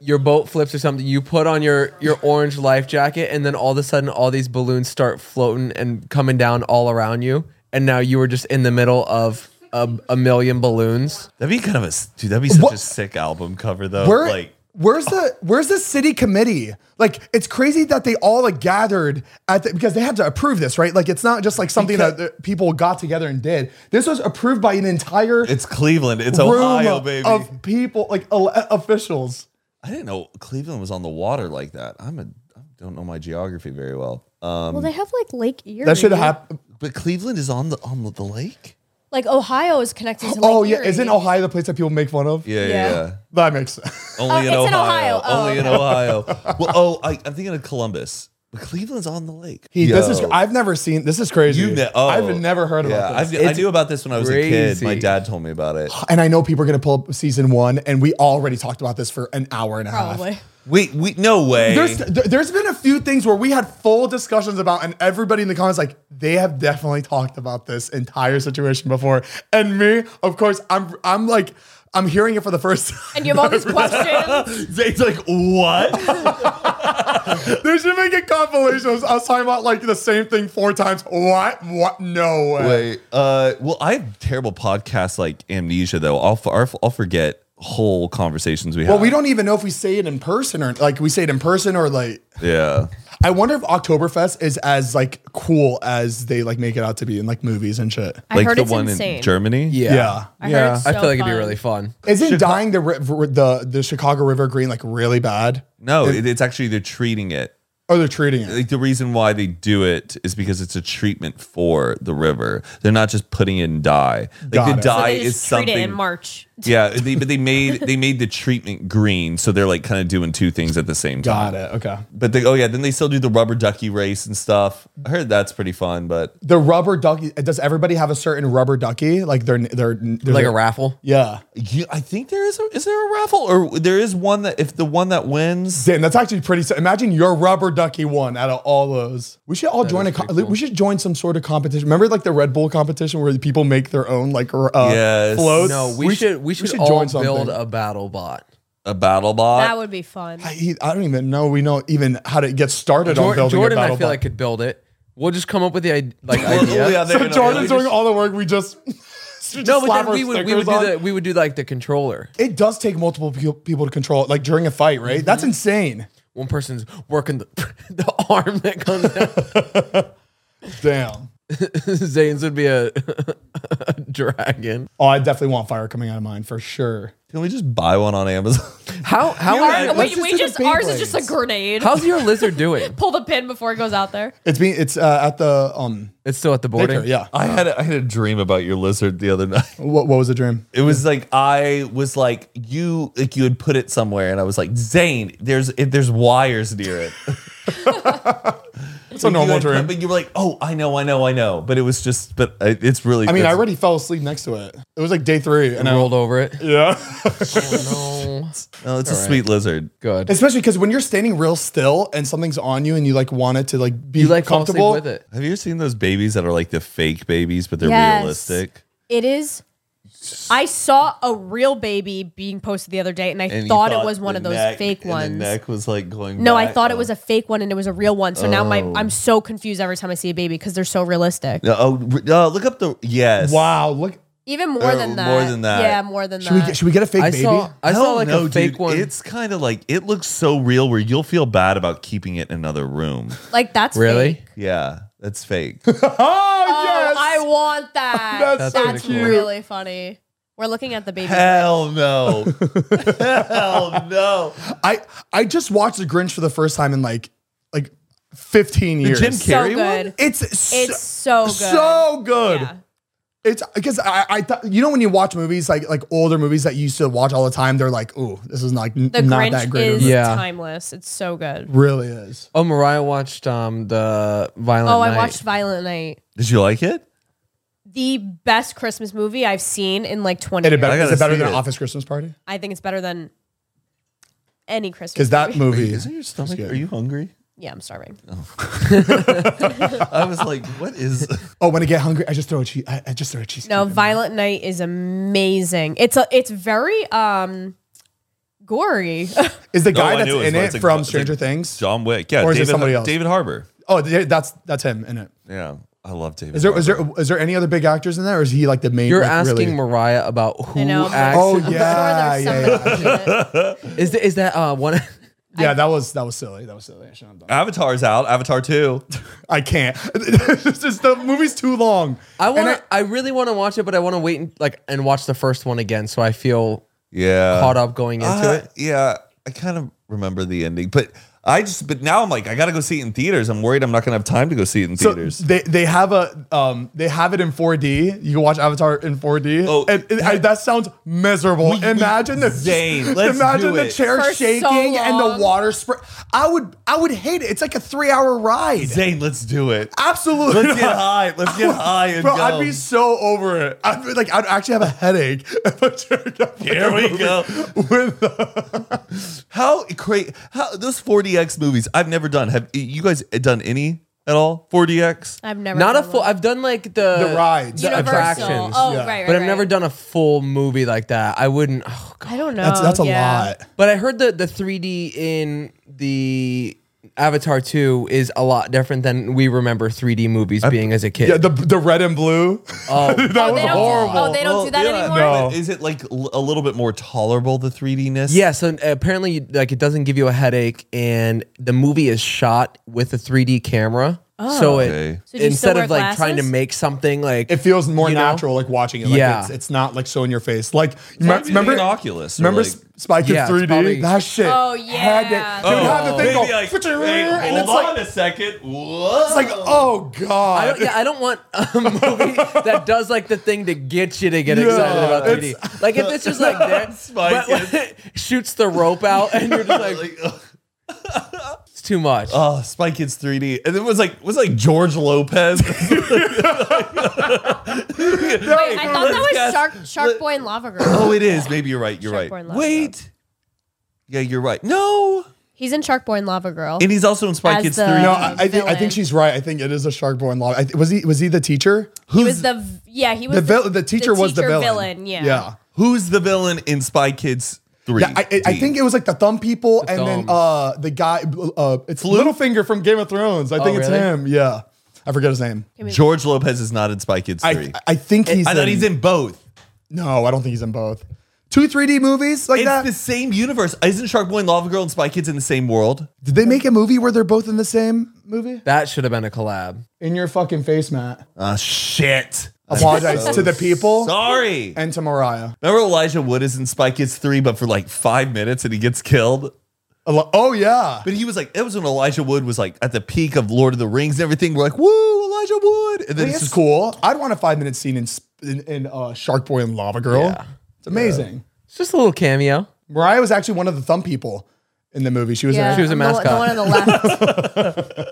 E: your boat flips or something. You put on your your orange life jacket, and then all of a sudden, all these balloons start floating and coming down all around you. And now you were just in the middle of a, a million balloons.
B: That'd be kind of a, s- dude, that'd be such a
C: What?
B: sick album cover, though.
C: Where,
B: like,
C: where's the where's the city committee? Like it's crazy that they all like gathered at the, because they had to approve this, right? Like it's not just like something that the people got together and did. This was approved by an entire
B: it's Cleveland. It's
C: room
B: Ohio,
C: of,
B: baby.
C: of people, like ele- officials.
B: I didn't know Cleveland was on the water like that. I'm a, I don't know my geography very well. Um,
D: well they have like lake erie
C: That should happen.
B: but Cleveland is on the on the lake.
D: like ohio is connected to lake
C: Oh yeah,
D: Erie.
C: isn't Ohio the place that people make fun of?
B: Yeah,
D: Yeah.
B: yeah. yeah.
C: That makes sense.
B: Only
D: Oh,
B: in,
D: it's in
B: Ohio.
D: Ohio. Oh,
B: Only in Ohio. well, oh, I, I'm thinking of Columbus. But Cleveland's on the lake.
C: He, this is
B: Yo.
C: I've never seen this is crazy.
B: You ne- oh.
C: I've never heard
B: Yeah,
C: about this.
B: I've- I knew about this when I was a kid. My
E: crazy.
B: dad told me about it.
C: and I know people are gonna pull up season one, and we already talked about this for an hour and a half.
D: Probably.
B: Wait, we no way.
C: There's there- there's been a few things where we had full discussions about, and everybody in the comments like they have definitely talked about this entire situation before. And me, of course, I'm I'm like I'm hearing it for the first time.
D: And you have all these questions.
B: Zane's like, what?
C: They should make a compilation. I was, I was talking about like the same thing four times. What? What? No way.
B: Wait, uh, well, I have terrible podcast like amnesia though. I'll f- I'll, I'll forget whole conversations we have.
C: Well, we don't even know if we say it in person or like we say it in person or like.
B: Yeah,
C: I wonder if Oktoberfest is as like cool as they like make it out to be in like movies and shit.
D: I heard it's insane.
B: in Germany.
E: Yeah.
C: Yeah.
D: I heard it's
E: I
D: so
E: feel like it'd be
D: fun.
E: really fun.
C: Isn't dying the ri- r- the the Chicago River Green like really bad?
B: No, it, it's actually they're treating it.
C: Or they're treating it.
B: Like the reason why they do it is because it's a treatment for the river. They're not just putting in dye. Like
C: Got
B: the
C: it. So
D: So
B: dye
D: they
B: is
D: just treat
B: something.
D: it in March.
B: Yeah, they, but they made they made the treatment green, so they're like kind of doing two things at the same time.
C: Got it. Okay.
B: But they, oh yeah, then they still do the rubber ducky race and stuff. I heard that's pretty fun, but
C: The rubber ducky. Does everybody have a certain rubber ducky? Like they're they're, they're
E: Like a raffle.
C: Yeah.
B: you, I think there is a, is there a raffle or there is one that if the one that wins,
C: Damn, that's actually pretty. si- Imagine your rubber ducky one out of all those. We should all join a. co- We should join some sort of competition. Remember, like the Red Bull competition where the people make their own like r- uh,
B: Yes.
C: floats.
E: No, we, should, we should all build a battle bot.
B: a battle
D: That
B: bot.
D: would be fun.
C: I, he- I don't even know. We know even how to get started on
E: Jor-
C: building
E: Jordan,
C: a
E: I
C: battle.
E: feel like could build it. We'll just come up with the id- like idea.
B: Well, yeah, they're
C: so
B: gonna-
C: Jordan's
B: we
C: doing all the work. We just, just
E: No, but
C: slap
E: then
C: our
E: we would we
C: stickers
E: would do
C: on.
E: the we would do like the Mm-hmm. controller.
C: It does take multiple peo- people to control it, like during a fight, right? That's insane.
E: One person's working the, the arm that comes down.
C: Damn.
E: Zane's would be a, a dragon.
C: Oh, I definitely want fire coming out of mine for sure.
B: Can we just buy one on Amazon?
E: How how
D: Our-
E: are,
C: let's
D: wait,
C: just
D: we
C: do the
D: just ours
C: Beyblades.
D: is just a grenade.
E: how's your lizard doing?
D: Pull the pin before it goes out there.
C: It's being it's uh, at the um
E: It's still at the border.
C: Baker, yeah.
B: I had a, I had a dream about your lizard the other night.
C: What, what was the dream?
B: It was like I was like you like you had put it somewhere, and I was like Zane, there's if there's wires near it.
C: It's a
B: You
C: normal
B: had-
C: dream.
B: But you were like, oh, I know, I know, I know. But it was just, but I, it's really.
C: I mean, I
B: it's-
C: already fell asleep next to it. It was like day three, and
E: And I
C: I,
E: rolled over it.
C: yeah,
E: No.
B: No, it's a sweet lizard.
E: Good.
C: especially because when you're standing real still and something's on you, and you like want it to like be
E: you like fall asleep
C: comfortable
E: with it.
B: Have you ever seen those babies that are like the fake babies, but they're
D: Yes.
B: realistic?
D: It is. I saw a real baby being posted the other day, and I
B: And you
D: thought,
B: thought
D: it was one
B: the
D: of those
B: neck-
D: fake
B: and
D: ones.
B: The neck was like going.
D: No, I
B: back.
D: thought it was a fake one, and it was a real one. So now my
B: Oh.
D: I'm so confused every time I see a baby because they're so realistic.
B: No, oh, re- oh, look up the yes.
C: Wow, look,
D: Even more
B: Oh,
D: than that.
B: more than that.
D: Yeah, more than
C: should we
D: that.
C: get should we get a fake
E: I
C: baby?
E: saw I
B: I
E: saw
B: don't
E: like
B: know,
E: a fake
B: dude.
E: one.
B: It's kind of like it looks so real where you'll feel bad about keeping it in another room.
D: like that's
E: Really?
D: fake.
B: Yeah, that's fake.
C: oh,
D: Oh,
C: yes,
D: I want that.
C: That's
D: that's
E: so cute.
D: really funny. We're looking at the baby.
B: Hell no. Hell no.
C: I I just watched The Grinch for the first time in like like 15 years.
B: Jim
D: so
B: Carrey one?
D: good.
C: It's so,
D: It's so good.
C: so good.
D: Yeah.
C: It's because I, I thought you know when you watch movies like like older movies that you used to watch all the time, they're like, ooh, this is not
D: The
C: not that
D: Grinch
C: great. of a
D: is
C: movie."
E: Yeah.
D: timeless. It's so good.
C: really is.
E: Oh, Mariah watched um the Violent
D: Oh, I
E: Night.
D: watched Violent Night.
B: Did you like it?
D: The best Christmas movie I've seen in like 20
C: It had
D: years.
C: better,
B: I
C: is
B: gotta
C: it better
B: see
C: than
B: it.
C: Office Christmas Party?
D: I think it's better than any Christmas.
C: Because that
D: movie.
C: movie,
B: Isn't your stomach? Are you hungry?
D: Yeah, I'm starving.
B: I was like, what is
C: oh, when I get hungry, I just throw a cheese. I, I just throw a cheese.
D: No, Violent Night is amazing. It's a, it's very um gory.
C: is the
B: I
C: guy that's
B: knew it was
C: in
B: one. It's
C: it
B: like-
C: from
B: it's like
C: Stranger Things?
B: John Wick? Yeah,
C: Or is it
B: David,
C: somebody else?
B: David Harbor.
C: Oh, th- that's that's him in it.
B: Yeah, I love David.
C: Is there is
B: Harbour.
C: there is there any other big actors in there, or is he like the main?
E: You're
C: like,
E: asking
C: really-
E: Mariah about who
D: I know.
E: acts.
C: Oh
D: I'm sure
C: yeah,
D: there's
C: yeah, yeah.
D: somebody else in it.
E: Is th- is that uh one?
C: Yeah, that was that was silly. That was silly. I shouldn't have done.
B: Avatar's out. Avatar two.
C: That. I can't. this is, the movie's too long.
E: I
C: And
E: want to. I really want to watch it, but I want to wait and like and watch the first one again, so I feel
B: Yeah,
E: caught up going into
B: Uh,
E: it.
B: Yeah, I kind of remember the ending, but I just, but now I'm like, I gotta go see it in theaters. I'm worried I'm not gonna have time to go see it in
C: So
B: theaters.
C: they they have a um they have it in 4D. You can watch Avatar in 4D.
B: Oh,
C: and, and I- that sounds miserable. imagine the
B: Zane, let's
C: imagine
B: do
C: the
B: it.
C: chair
D: For so
C: shaking and
D: long.
C: the water spray. I would I would hate it. It's like a three hour ride.
B: Zane, let's do it.
C: Absolutely.
B: Let's get
C: not.
B: high. Let's get high and
C: Bro,
B: go.
C: I'd be so over it. I'd be like, I'd actually have a headache if I turned up.
B: Here we go.
C: With
B: How great! How those 4DX movies I've never done. Have you guys done any at all? 4DX.
D: I've never
E: Not a
D: done
E: full.
D: one.
E: I've done like the
C: The rides.
D: Universal.
E: attractions,
D: Oh,
C: Yeah.
D: right, right,
E: but I've
D: right.
E: never done a full movie like that. I wouldn't. Oh god.
D: I don't know.
C: that's that's a
D: yeah.
C: lot.
E: But I heard that the 3D in the Avatar 2 is a lot different than we remember 3D movies being as a kid.
C: Yeah, the the red and blue.
E: oh,
C: that
D: they
C: was
D: don't do-
C: horrible.
D: Oh, they don't do that anymore?
C: No.
B: Is it like l- a little bit more tolerable the 3Dness?
E: yeah. So uh, apparently, you- like, it doesn't give you a headache, and the movie is shot with a 3D camera. So it
B: Okay.
D: Oh. So do you still
E: instead
D: wear
E: of like trying to
D: glasses?
E: make something like
C: It feels more
E: you know?
C: natural, like watching it. Like
E: Yeah.
C: it's, it's not like so in your face. Like me-
B: Maybe
C: remember
B: an Oculus or
C: Remember
B: like-
C: S- Spy Kids
E: Yeah, it's
C: 3D?
E: probably-
C: that shit.
D: Oh,
C: Had
D: yeah.
C: it. They would have the thing
B: oh, Maybe
C: go,
B: like,
C: "Fitch your
B: hey,
C: ear," and
B: hold
C: it's
B: on
C: like,
B: a second. Whoa.
C: it's like, oh god.
E: I don't, yeah, I don't want a movie that does like the thing to get you to get
C: Yeah,
E: excited about
C: it's-
E: 3D. Like if it's just like that, but, shoots the rope out, and you're just like, it's too much.
B: Oh, Spy Kids 3D, and it was like was like George Lopez.
D: Wait, I thought that was
B: guess.
D: Shark Shark
B: Let-
D: Boy and Lava Girl.
B: oh, it is. Maybe you're right. You're
D: Shark Boy
B: right.
D: and Lava
B: Wait. Yeah, you're right. No,
D: He's in Shark Boy and Lava Girl.
B: and he's also in Spy
D: As
B: Kids
D: the-
B: 3D.
C: no,
D: No,
C: I, I think I
D: villain.
C: think she's right. I think it is a shark boy in law. I, th- was he was he the teacher?
D: he was the v- yeah. He was
C: The, vil- the teacher was the villain.
D: Yeah.
C: Yeah.
B: Who's the villain in Spy Kids 3?
C: Yeah, I, I- I think it was like the thumb people, and then
E: thumbs.
C: uh, the guy, uh, it's Littlefinger from Game of Thrones. I think it's
E: really?
C: him. Yeah, I forget his name.
B: George Lopez is not in Spy Kids 3.
C: I, I think he's.
B: I thought he's in both.
C: No, I don't think he's in both. Two 3D movies like
B: It's
C: that.
B: the same universe. Isn't Sharkboy and Lava Girl and Spy Kids in the same world?
C: Did they make a movie where they're both in the same movie?
E: that should have been a collab.
C: In your fucking face, Matt.
B: Ah, shit.
C: Apologize to the people
B: Sorry.
C: and to Mariah.
B: Remember Elijah Wood is in Spy Kids 3, but for like five minutes and he gets killed?
C: Al- Oh yeah,
B: But he was like, it was when Elijah Wood was like at the peak of Lord of the Rings and everything. We're like, woo, Elijah Wood. And then
C: this
B: it's
C: is
B: just
C: cool. I'd want a five minute scene in sp- in, in uh, Shark Boy and Lava Girl.
E: Yeah.
C: It's amazing.
E: It's just a little cameo.
C: Mariah was actually one of the thumb people in the movie. She was in
E: She was a
D: the one- The,
E: mascot.
D: one on the left.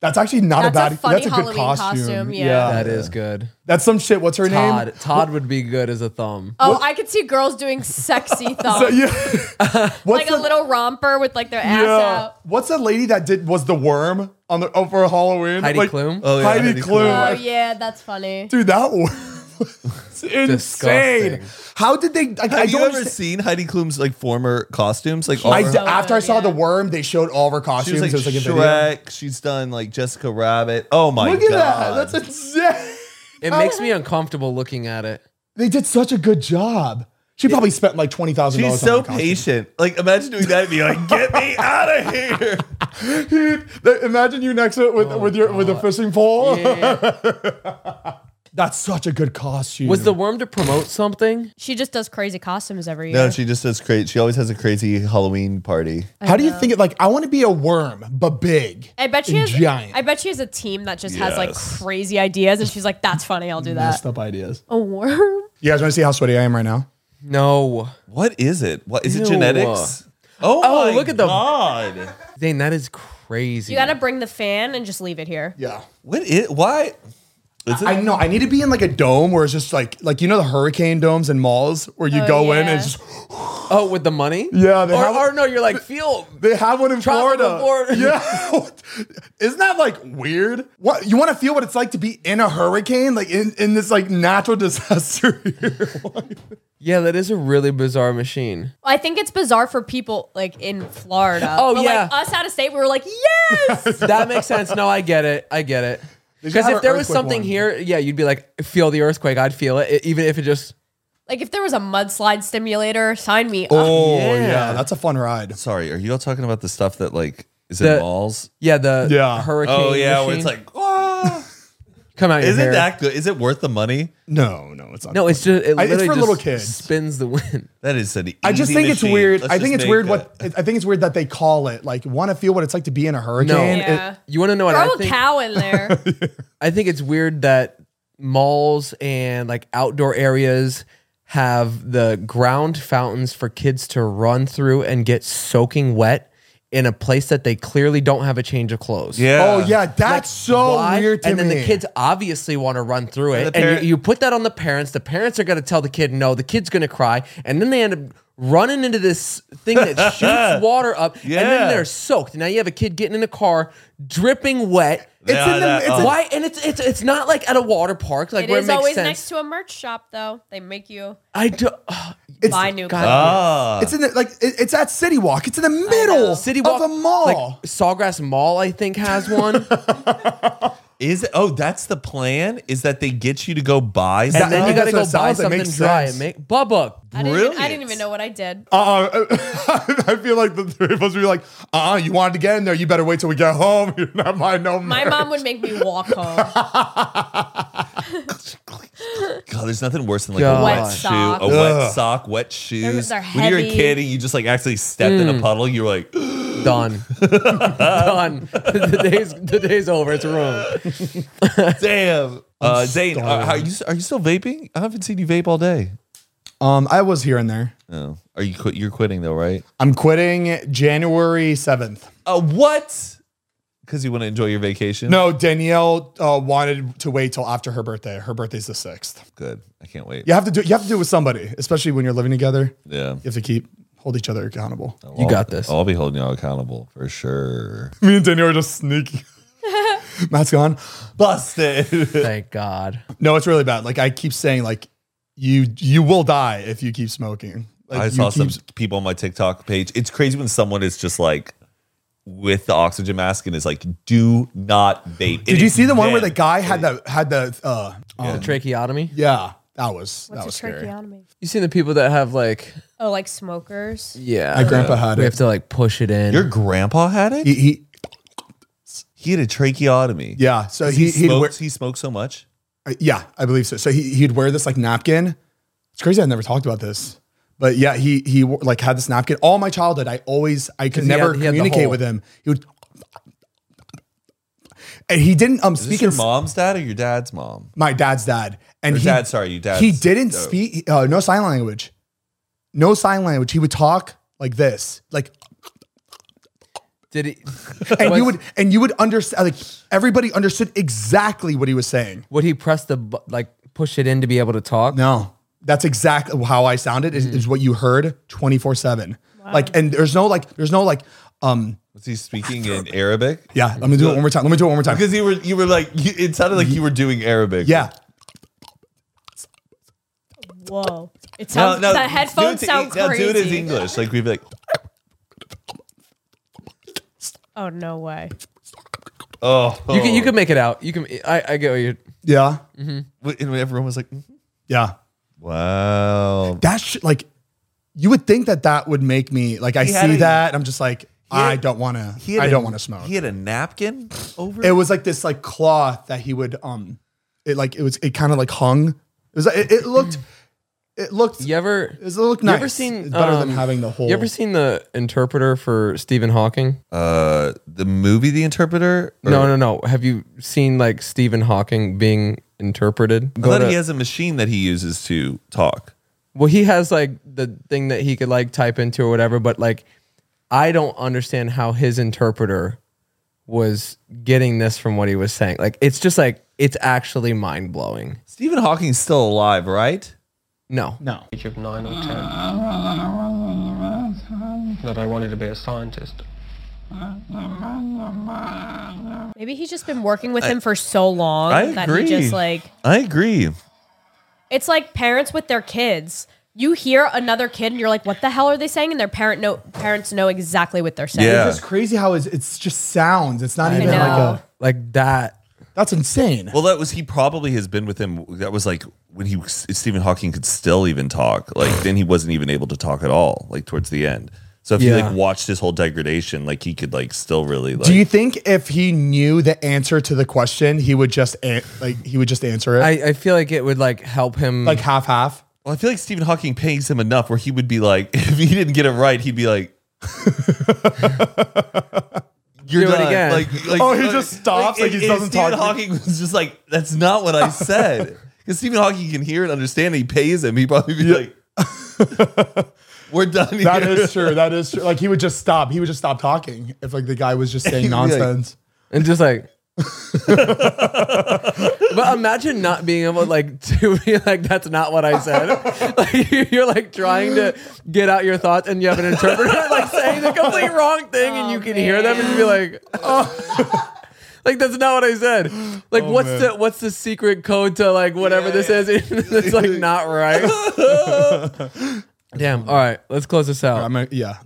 C: That's actually not a
D: That's
C: bad.
D: a funny
C: that's a good
D: Halloween
C: costume.
D: costume, yeah.
E: That is good.
C: That's some shit. What's her
E: Todd.
C: name?
E: Todd would be good as a thumb.
D: Oh, I could see girls doing sexy
C: So,
D: thumbs,
C: yeah. What's
D: like a little romper with like their ass out.
C: What's the lady that did was the worm on the oh, for Halloween?
E: Heidi
C: like,
E: Klum?
B: Oh, yeah,
C: Heidi,
B: Heidi
C: Klum.
B: Klum.
D: Oh
C: I-
D: yeah, that's funny.
C: Dude, that was insane.
E: Disgusting.
C: How did they? Like, I
B: Have you
C: don't
B: ever
C: understand-
B: seen Heidi Klum's like former costumes? Like all
C: I,
B: her-
C: d- after I saw
D: Oh, yeah.
C: the worm, they showed all of her
B: she
C: costumes.
B: was like,
C: it was like a video.
B: Shrek. She's done like Jessica Rabbit. Oh my
C: Look
B: god!
C: at that. That's insane.
D: Oh,
E: It makes me uncomfortable looking at it.
C: They did such a good job. She probably spent like twenty thousand
B: She's
C: dollars.
B: so patient. Like imagine doing that and be like, "Get me out of here!"
C: Imagine you next to it with with your with a fishing pole. That's such a good costume.
E: Was the worm to promote something?
D: She just does crazy costumes every year.
B: No, she just does crazy. She always has a crazy Halloween party.
C: How do you think it? Like, I want to be a worm, but big.
D: I bet she
C: and
D: has.
C: giant.
D: I bet she has a team that just has like
B: Yes.
D: crazy ideas, and she's like, "That's funny. I'll do that."
C: messed up ideas.
D: A worm.
C: You guys want to see how sweaty I am right now?
E: No.
B: What is it? What is
E: Ew.
B: it? Genetics? Oh,
E: Oh,
B: my
E: look at the-
B: god!
E: Dane, that is crazy.
D: You gotta bring the fan and just leave it here.
C: Yeah.
B: What is why? Is it,
C: I know. I need to be in like a dome where it's just like like you know the hurricane domes in malls where you
D: Oh,
C: go in
D: yeah.
C: and it's just
E: oh, with the money?
C: Yeah, they
E: or,
C: have-
E: or no, you're like feel.
C: they have one in Florida.
E: Tropical Florida.
C: Yeah. Isn't that like weird? What you want to feel what it's like to be in a hurricane like in in this like natural disaster here.
E: Yeah, that is a really bizarre machine.
D: I think it's bizarre for people like in Florida.
E: Oh,
D: but,
E: yeah.
D: like, us out of state, we were like, yes.
E: that makes sense. No, I get it. I get it.
C: should
E: Because
C: have
E: if
C: an
E: there was
C: earthquake
E: something
C: one.
E: here, yeah, you'd be like, feel the earthquake. I'd feel it, e- even if it just.
D: like if there was a mudslide stimulator, sign me up.
C: Oh
E: Yeah.
C: yeah. that's a fun ride.
B: sorry, are you all talking about the stuff that like is
E: The-
B: in malls?
E: Yeah, the
C: Yeah.
E: hurricane.
B: Oh yeah, where
E: machine.
B: it's like, ah.
E: come out your
B: Isn't
E: hair.
B: that good? Is it worth the money?
C: No, no, it's not.
E: no, it's just it
C: I- it's
E: literally
C: for
E: just
C: little kids.
E: spins the wind.
B: That is an. Easy
C: I just think it's
B: machine.
C: weird.
B: Let's
C: I
B: just
C: think it's
B: make
C: weird.
B: a-
C: What I think it's weird that they call it like want to feel what it's like to be in a hurricane.
E: No.
C: It-
D: Yeah.
E: You want to know what
D: Throw
E: I
D: a
E: think?
D: cow in there.
E: I think it's weird that malls and like outdoor areas have the ground fountains for kids to run through and get soaking wet in a place that they clearly don't have a change of clothes.
B: Yeah.
C: oh yeah, that's so
E: Why?
C: weird to
E: and
C: me.
E: then the kids obviously want to run through it.
B: And
E: And,
B: the parent-
E: you, you put that on the parents. The parents are going to tell the kid no. The kid's going to cry. And then they end up running into this thing that shoots water up. And
B: Yeah.
E: then they're soaked. Now you have a kid getting in a car, dripping wet. Uh-huh.
C: It's in the.
B: that-
C: it's in-
E: Why? And it's it's it's not like at a water park, like
D: it
E: where it
D: is
E: makes
D: always
E: sense.
D: next to a merch shop, though. They make you
E: I do. ugh,
C: It's,
D: buy new
E: God.
D: clothes.
B: Ah.
C: it's in the like it- it's at City Walk. It's in the middle City
E: City Walk,
C: of a mall.
E: like Sawgrass Mall, I think has one.
B: Is it? Oh, that's the plan. Is that they get you to go buy?
E: and
B: something?
E: then you
C: that's
E: got to
C: what
E: go
C: it
E: buy
C: sounds like.
E: something
C: Makes
E: dry.
C: sense.
E: And make Bubba.
D: I didn't, even, I
B: Brilliant.
D: didn't even know what I did.
C: uh, uh, I feel like the three of us would be like, uh, uh you wanted to get in there. You better wait till we get home. You're not buying no.
D: My
C: merch."
D: mom would make me walk home.
B: God, there's nothing worse than like
E: God.
B: a wet
E: Wet
B: shoe,
D: sock.
B: a wet sock, wet shoes.
D: they're
B: when you're a
D: heavy.
B: kid and you just like actually stepped in
E: Mm.
B: a puddle, you're like,
E: Done. Done. the day's the day's over. It's ruined.
B: damn. Uh, Zane, are, are you are you still vaping? I haven't seen you vape all day.
C: Um, I was here and there.
B: No, are you quit? You're quitting though, right?
C: I'm quitting January seventh.
B: Uh, what? Because you want to enjoy your vacation?
C: No, Danielle uh, wanted to wait till after her birthday. Her birthday's the sixth.
B: Good. I can't wait.
C: You have to do. You have to do it with somebody, especially when you're living together. You
B: Yeah.
C: have to keep hold each other accountable.
E: You got this.
B: I'll be holding y'all accountable for sure.
C: Me and Danielle are just sneaky. Matt's gone.
B: Busted.
E: Thank God.
C: No, it's really bad. Like I keep saying, like you you will die if you keep smoking. Like,
B: I
C: you
B: saw some
C: keep-
B: people on my TikTok page. It's crazy when someone is just like with the oxygen mask and is like, "Do not vape."
C: Did you see the one where the guy had the had the uh um,
E: the tracheotomy.
C: yeah that was that was
D: What's a
C: scary.
D: tracheotomy?
E: You seen the people that have like
D: Oh, like smokers.
E: yeah.
C: My grandpa had
E: Uh, we have
C: it.
E: to like push it in.
B: Your grandpa had it.
C: He, he
B: He had a tracheotomy.
C: yeah. So
B: he,
C: he he'd
B: smoked.
C: wear,
B: he smoked so much.
C: Uh, Yeah, I believe so. So he he'd wear this like napkin. It's crazy. I never talked about this, but yeah, he he wore- like had this napkin all my childhood. I always I could
E: 'Cause he
C: never
E: had- he had the
C: communicate
E: hole.
C: with him. He would, and he didn't um
B: Is this
C: speak
B: your
C: in-
B: mom's dad or your dad's mom?
C: my dad's dad. And
B: Your
C: he,
B: dad, sorry, your dad's-
C: He didn't
B: oh.
C: speak uh, no sign language, no sign language. He would talk like this, like
E: Did he?
C: and
E: was-
C: you would and you would understand. Like everybody understood exactly what he was saying.
E: Would he press the bu- like push it in to be able to talk?
C: No, that's exactly how I sounded. Is, is what you heard twenty four seven. Like, and there's no like, there's no like, um,
B: Was he speaking in Arabic?
C: yeah. Let me do it one more time. Let me do it one more time.
B: Because you were you were like you, it sounded like you were doing Arabic.
C: Yeah,
D: Whoa. It sounds, the headphones
B: do it to-
D: sound
B: now
D: crazy.
B: do it as English. Like we'd be like,
D: Oh, no way.
B: oh,
E: You can you can make it out. You can. I I get what you're.
C: yeah,
B: And everyone was like, mhm.
C: yeah.
B: wow.
C: That sh- like, you would think that that would make me like. I
B: He had
C: see
B: a-
C: that. I'm just like, I
B: had-
C: don't want
B: He
C: to.
B: had
C: I
B: a-
C: don't want to smoke.
B: He had a napkin over.
C: It was like this like cloth that he would um, it like it was it kind of like hung. It was it, it looked, it looked
E: You ever?
C: It looked
E: You
C: nice.
E: ever seen?
C: it's better than
E: um,
C: having the whole.
E: You ever seen the interpreter for Stephen Hawking?
B: uh, the movie, The Interpreter. Or-
E: No, no, no. Have you seen like Stephen Hawking being interpreted?
B: I
E: Go
B: thought
E: to-
B: he has a machine that he uses to talk.
E: well, he has like the thing that he could like type into or whatever, but like I don't understand how his interpreter was getting this from what he was saying. Like it's just like it's actually mind blowing.
B: Stephen Hawking's still alive, right?
E: No. No.
K: age of nine or ten that I wanted to be a scientist.
D: Maybe he's just been working with him for so long
B: I
D: that
B: agree.
D: he just like
B: I agree.
D: it's like parents with their kids. You hear another kid and you're like, what the hell are they saying? And their parent know parents know exactly what they're saying.
B: Yeah.
C: It's just crazy how it's, it's just sounds. It's not even
D: know.
C: like a.
E: Like that.
C: That's insane.
B: Well, that was he probably has been with him. That was like when he was- Stephen Hawking could still even talk. Like then he wasn't even able to talk at all. Like towards the end. So if you
E: Yeah.
B: like watched his whole degradation, like he could like still really like.
C: Do you think if he knew the answer to the question, he would just an- like he would just answer it
E: I, I feel like it would like help him.
C: like half half?
B: well, I feel like Stephen Hawking pays him enough where he would be like, if he didn't get it right, he'd be like, "You're
E: Do it
B: done."
E: again.
B: Like, like,
C: Oh, he just stops, like,
B: if-
C: he
B: if
C: doesn't
B: Stephen
C: talk.
B: Hawking was just like, "That's not what I said." Because Stephen Hawking can hear and understand. He pays him. He probably be like, "We're done."
C: That
B: here."
C: is true. That is true. Like he would just stop. He would just stop talking if like the guy was just saying
B: like-
C: nonsense.
E: and just like but imagine not being able like to be like that's not what i said like you- you're like trying to get out your thoughts and you have an interpreter like saying the complete wrong thing and you can hear them and you be like oh. like that's not what i said like what's the what's the secret code to like whatever this is it's like not right damn all right let's close this out
C: I'm a, yeah.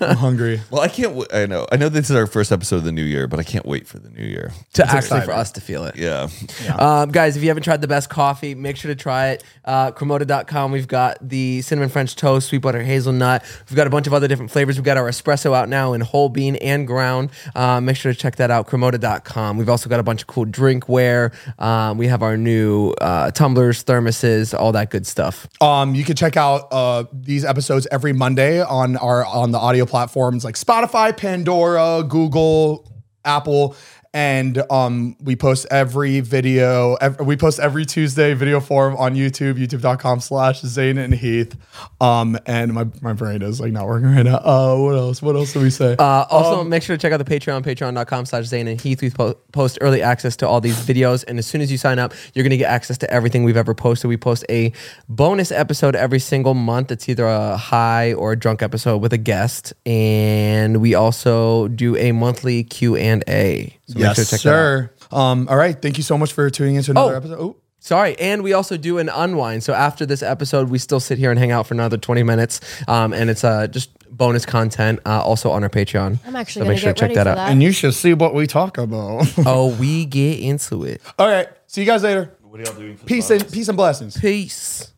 C: I'm hungry.
B: Well, I can't. W- I know. I know this is our first episode of the new year, but I can't wait for the new year.
E: to actually for us to feel it
B: Yeah.
E: Um, guys, if you haven't tried the best coffee, make sure to try it. Uh, Cremoda.com. We've got the cinnamon French toast, sweet butter hazelnut. We've got a bunch of other different flavors. We've got our espresso out now in whole bean and ground. Uh, make sure to check that out. Cremoda.com. We've also got a bunch of cool drinkware. Um, we have our new uh, tumblers, thermoses, all that good stuff.
C: Um, you can check out uh, these episodes every Monday on our on the audio platforms like Spotify, Pandora, Google, Apple, and um, we post every video. ev- we post every Tuesday video form on YouTube, YouTube.com/slash Zane and Heath. Um, and my my brain is like not working right now. Uh, what else? What else do we say?
E: Uh, also,
C: Um,
E: make sure to check out the Patreon, patreon.com slash Zane and Heath. We po- post early access to all these videos. And as soon as you sign up, you're going to get access to everything we've ever posted. We post a bonus episode every single month. It's either a high or a drunk episode with a guest. And we also do a monthly Q&A. So make sure to
C: yes,
E: check that out.
C: sir. Um, all right. Thank you so much for tuning into another
E: Oh.
C: episode. Oh.
E: Sorry, and we also do an unwind. So after this episode, we still sit here and hang out for another 20 minutes. Um, and it's uh, just bonus content uh, also on our Patreon.
D: I'm actually
E: So
D: gonna
E: make sure
D: get
E: to check
D: ready
E: that
D: for
E: out.
D: that.
C: And you should see what we talk about.
E: Oh, we get into it.
C: all right. See you guys later. Peace and peace and blessings.
E: Peace.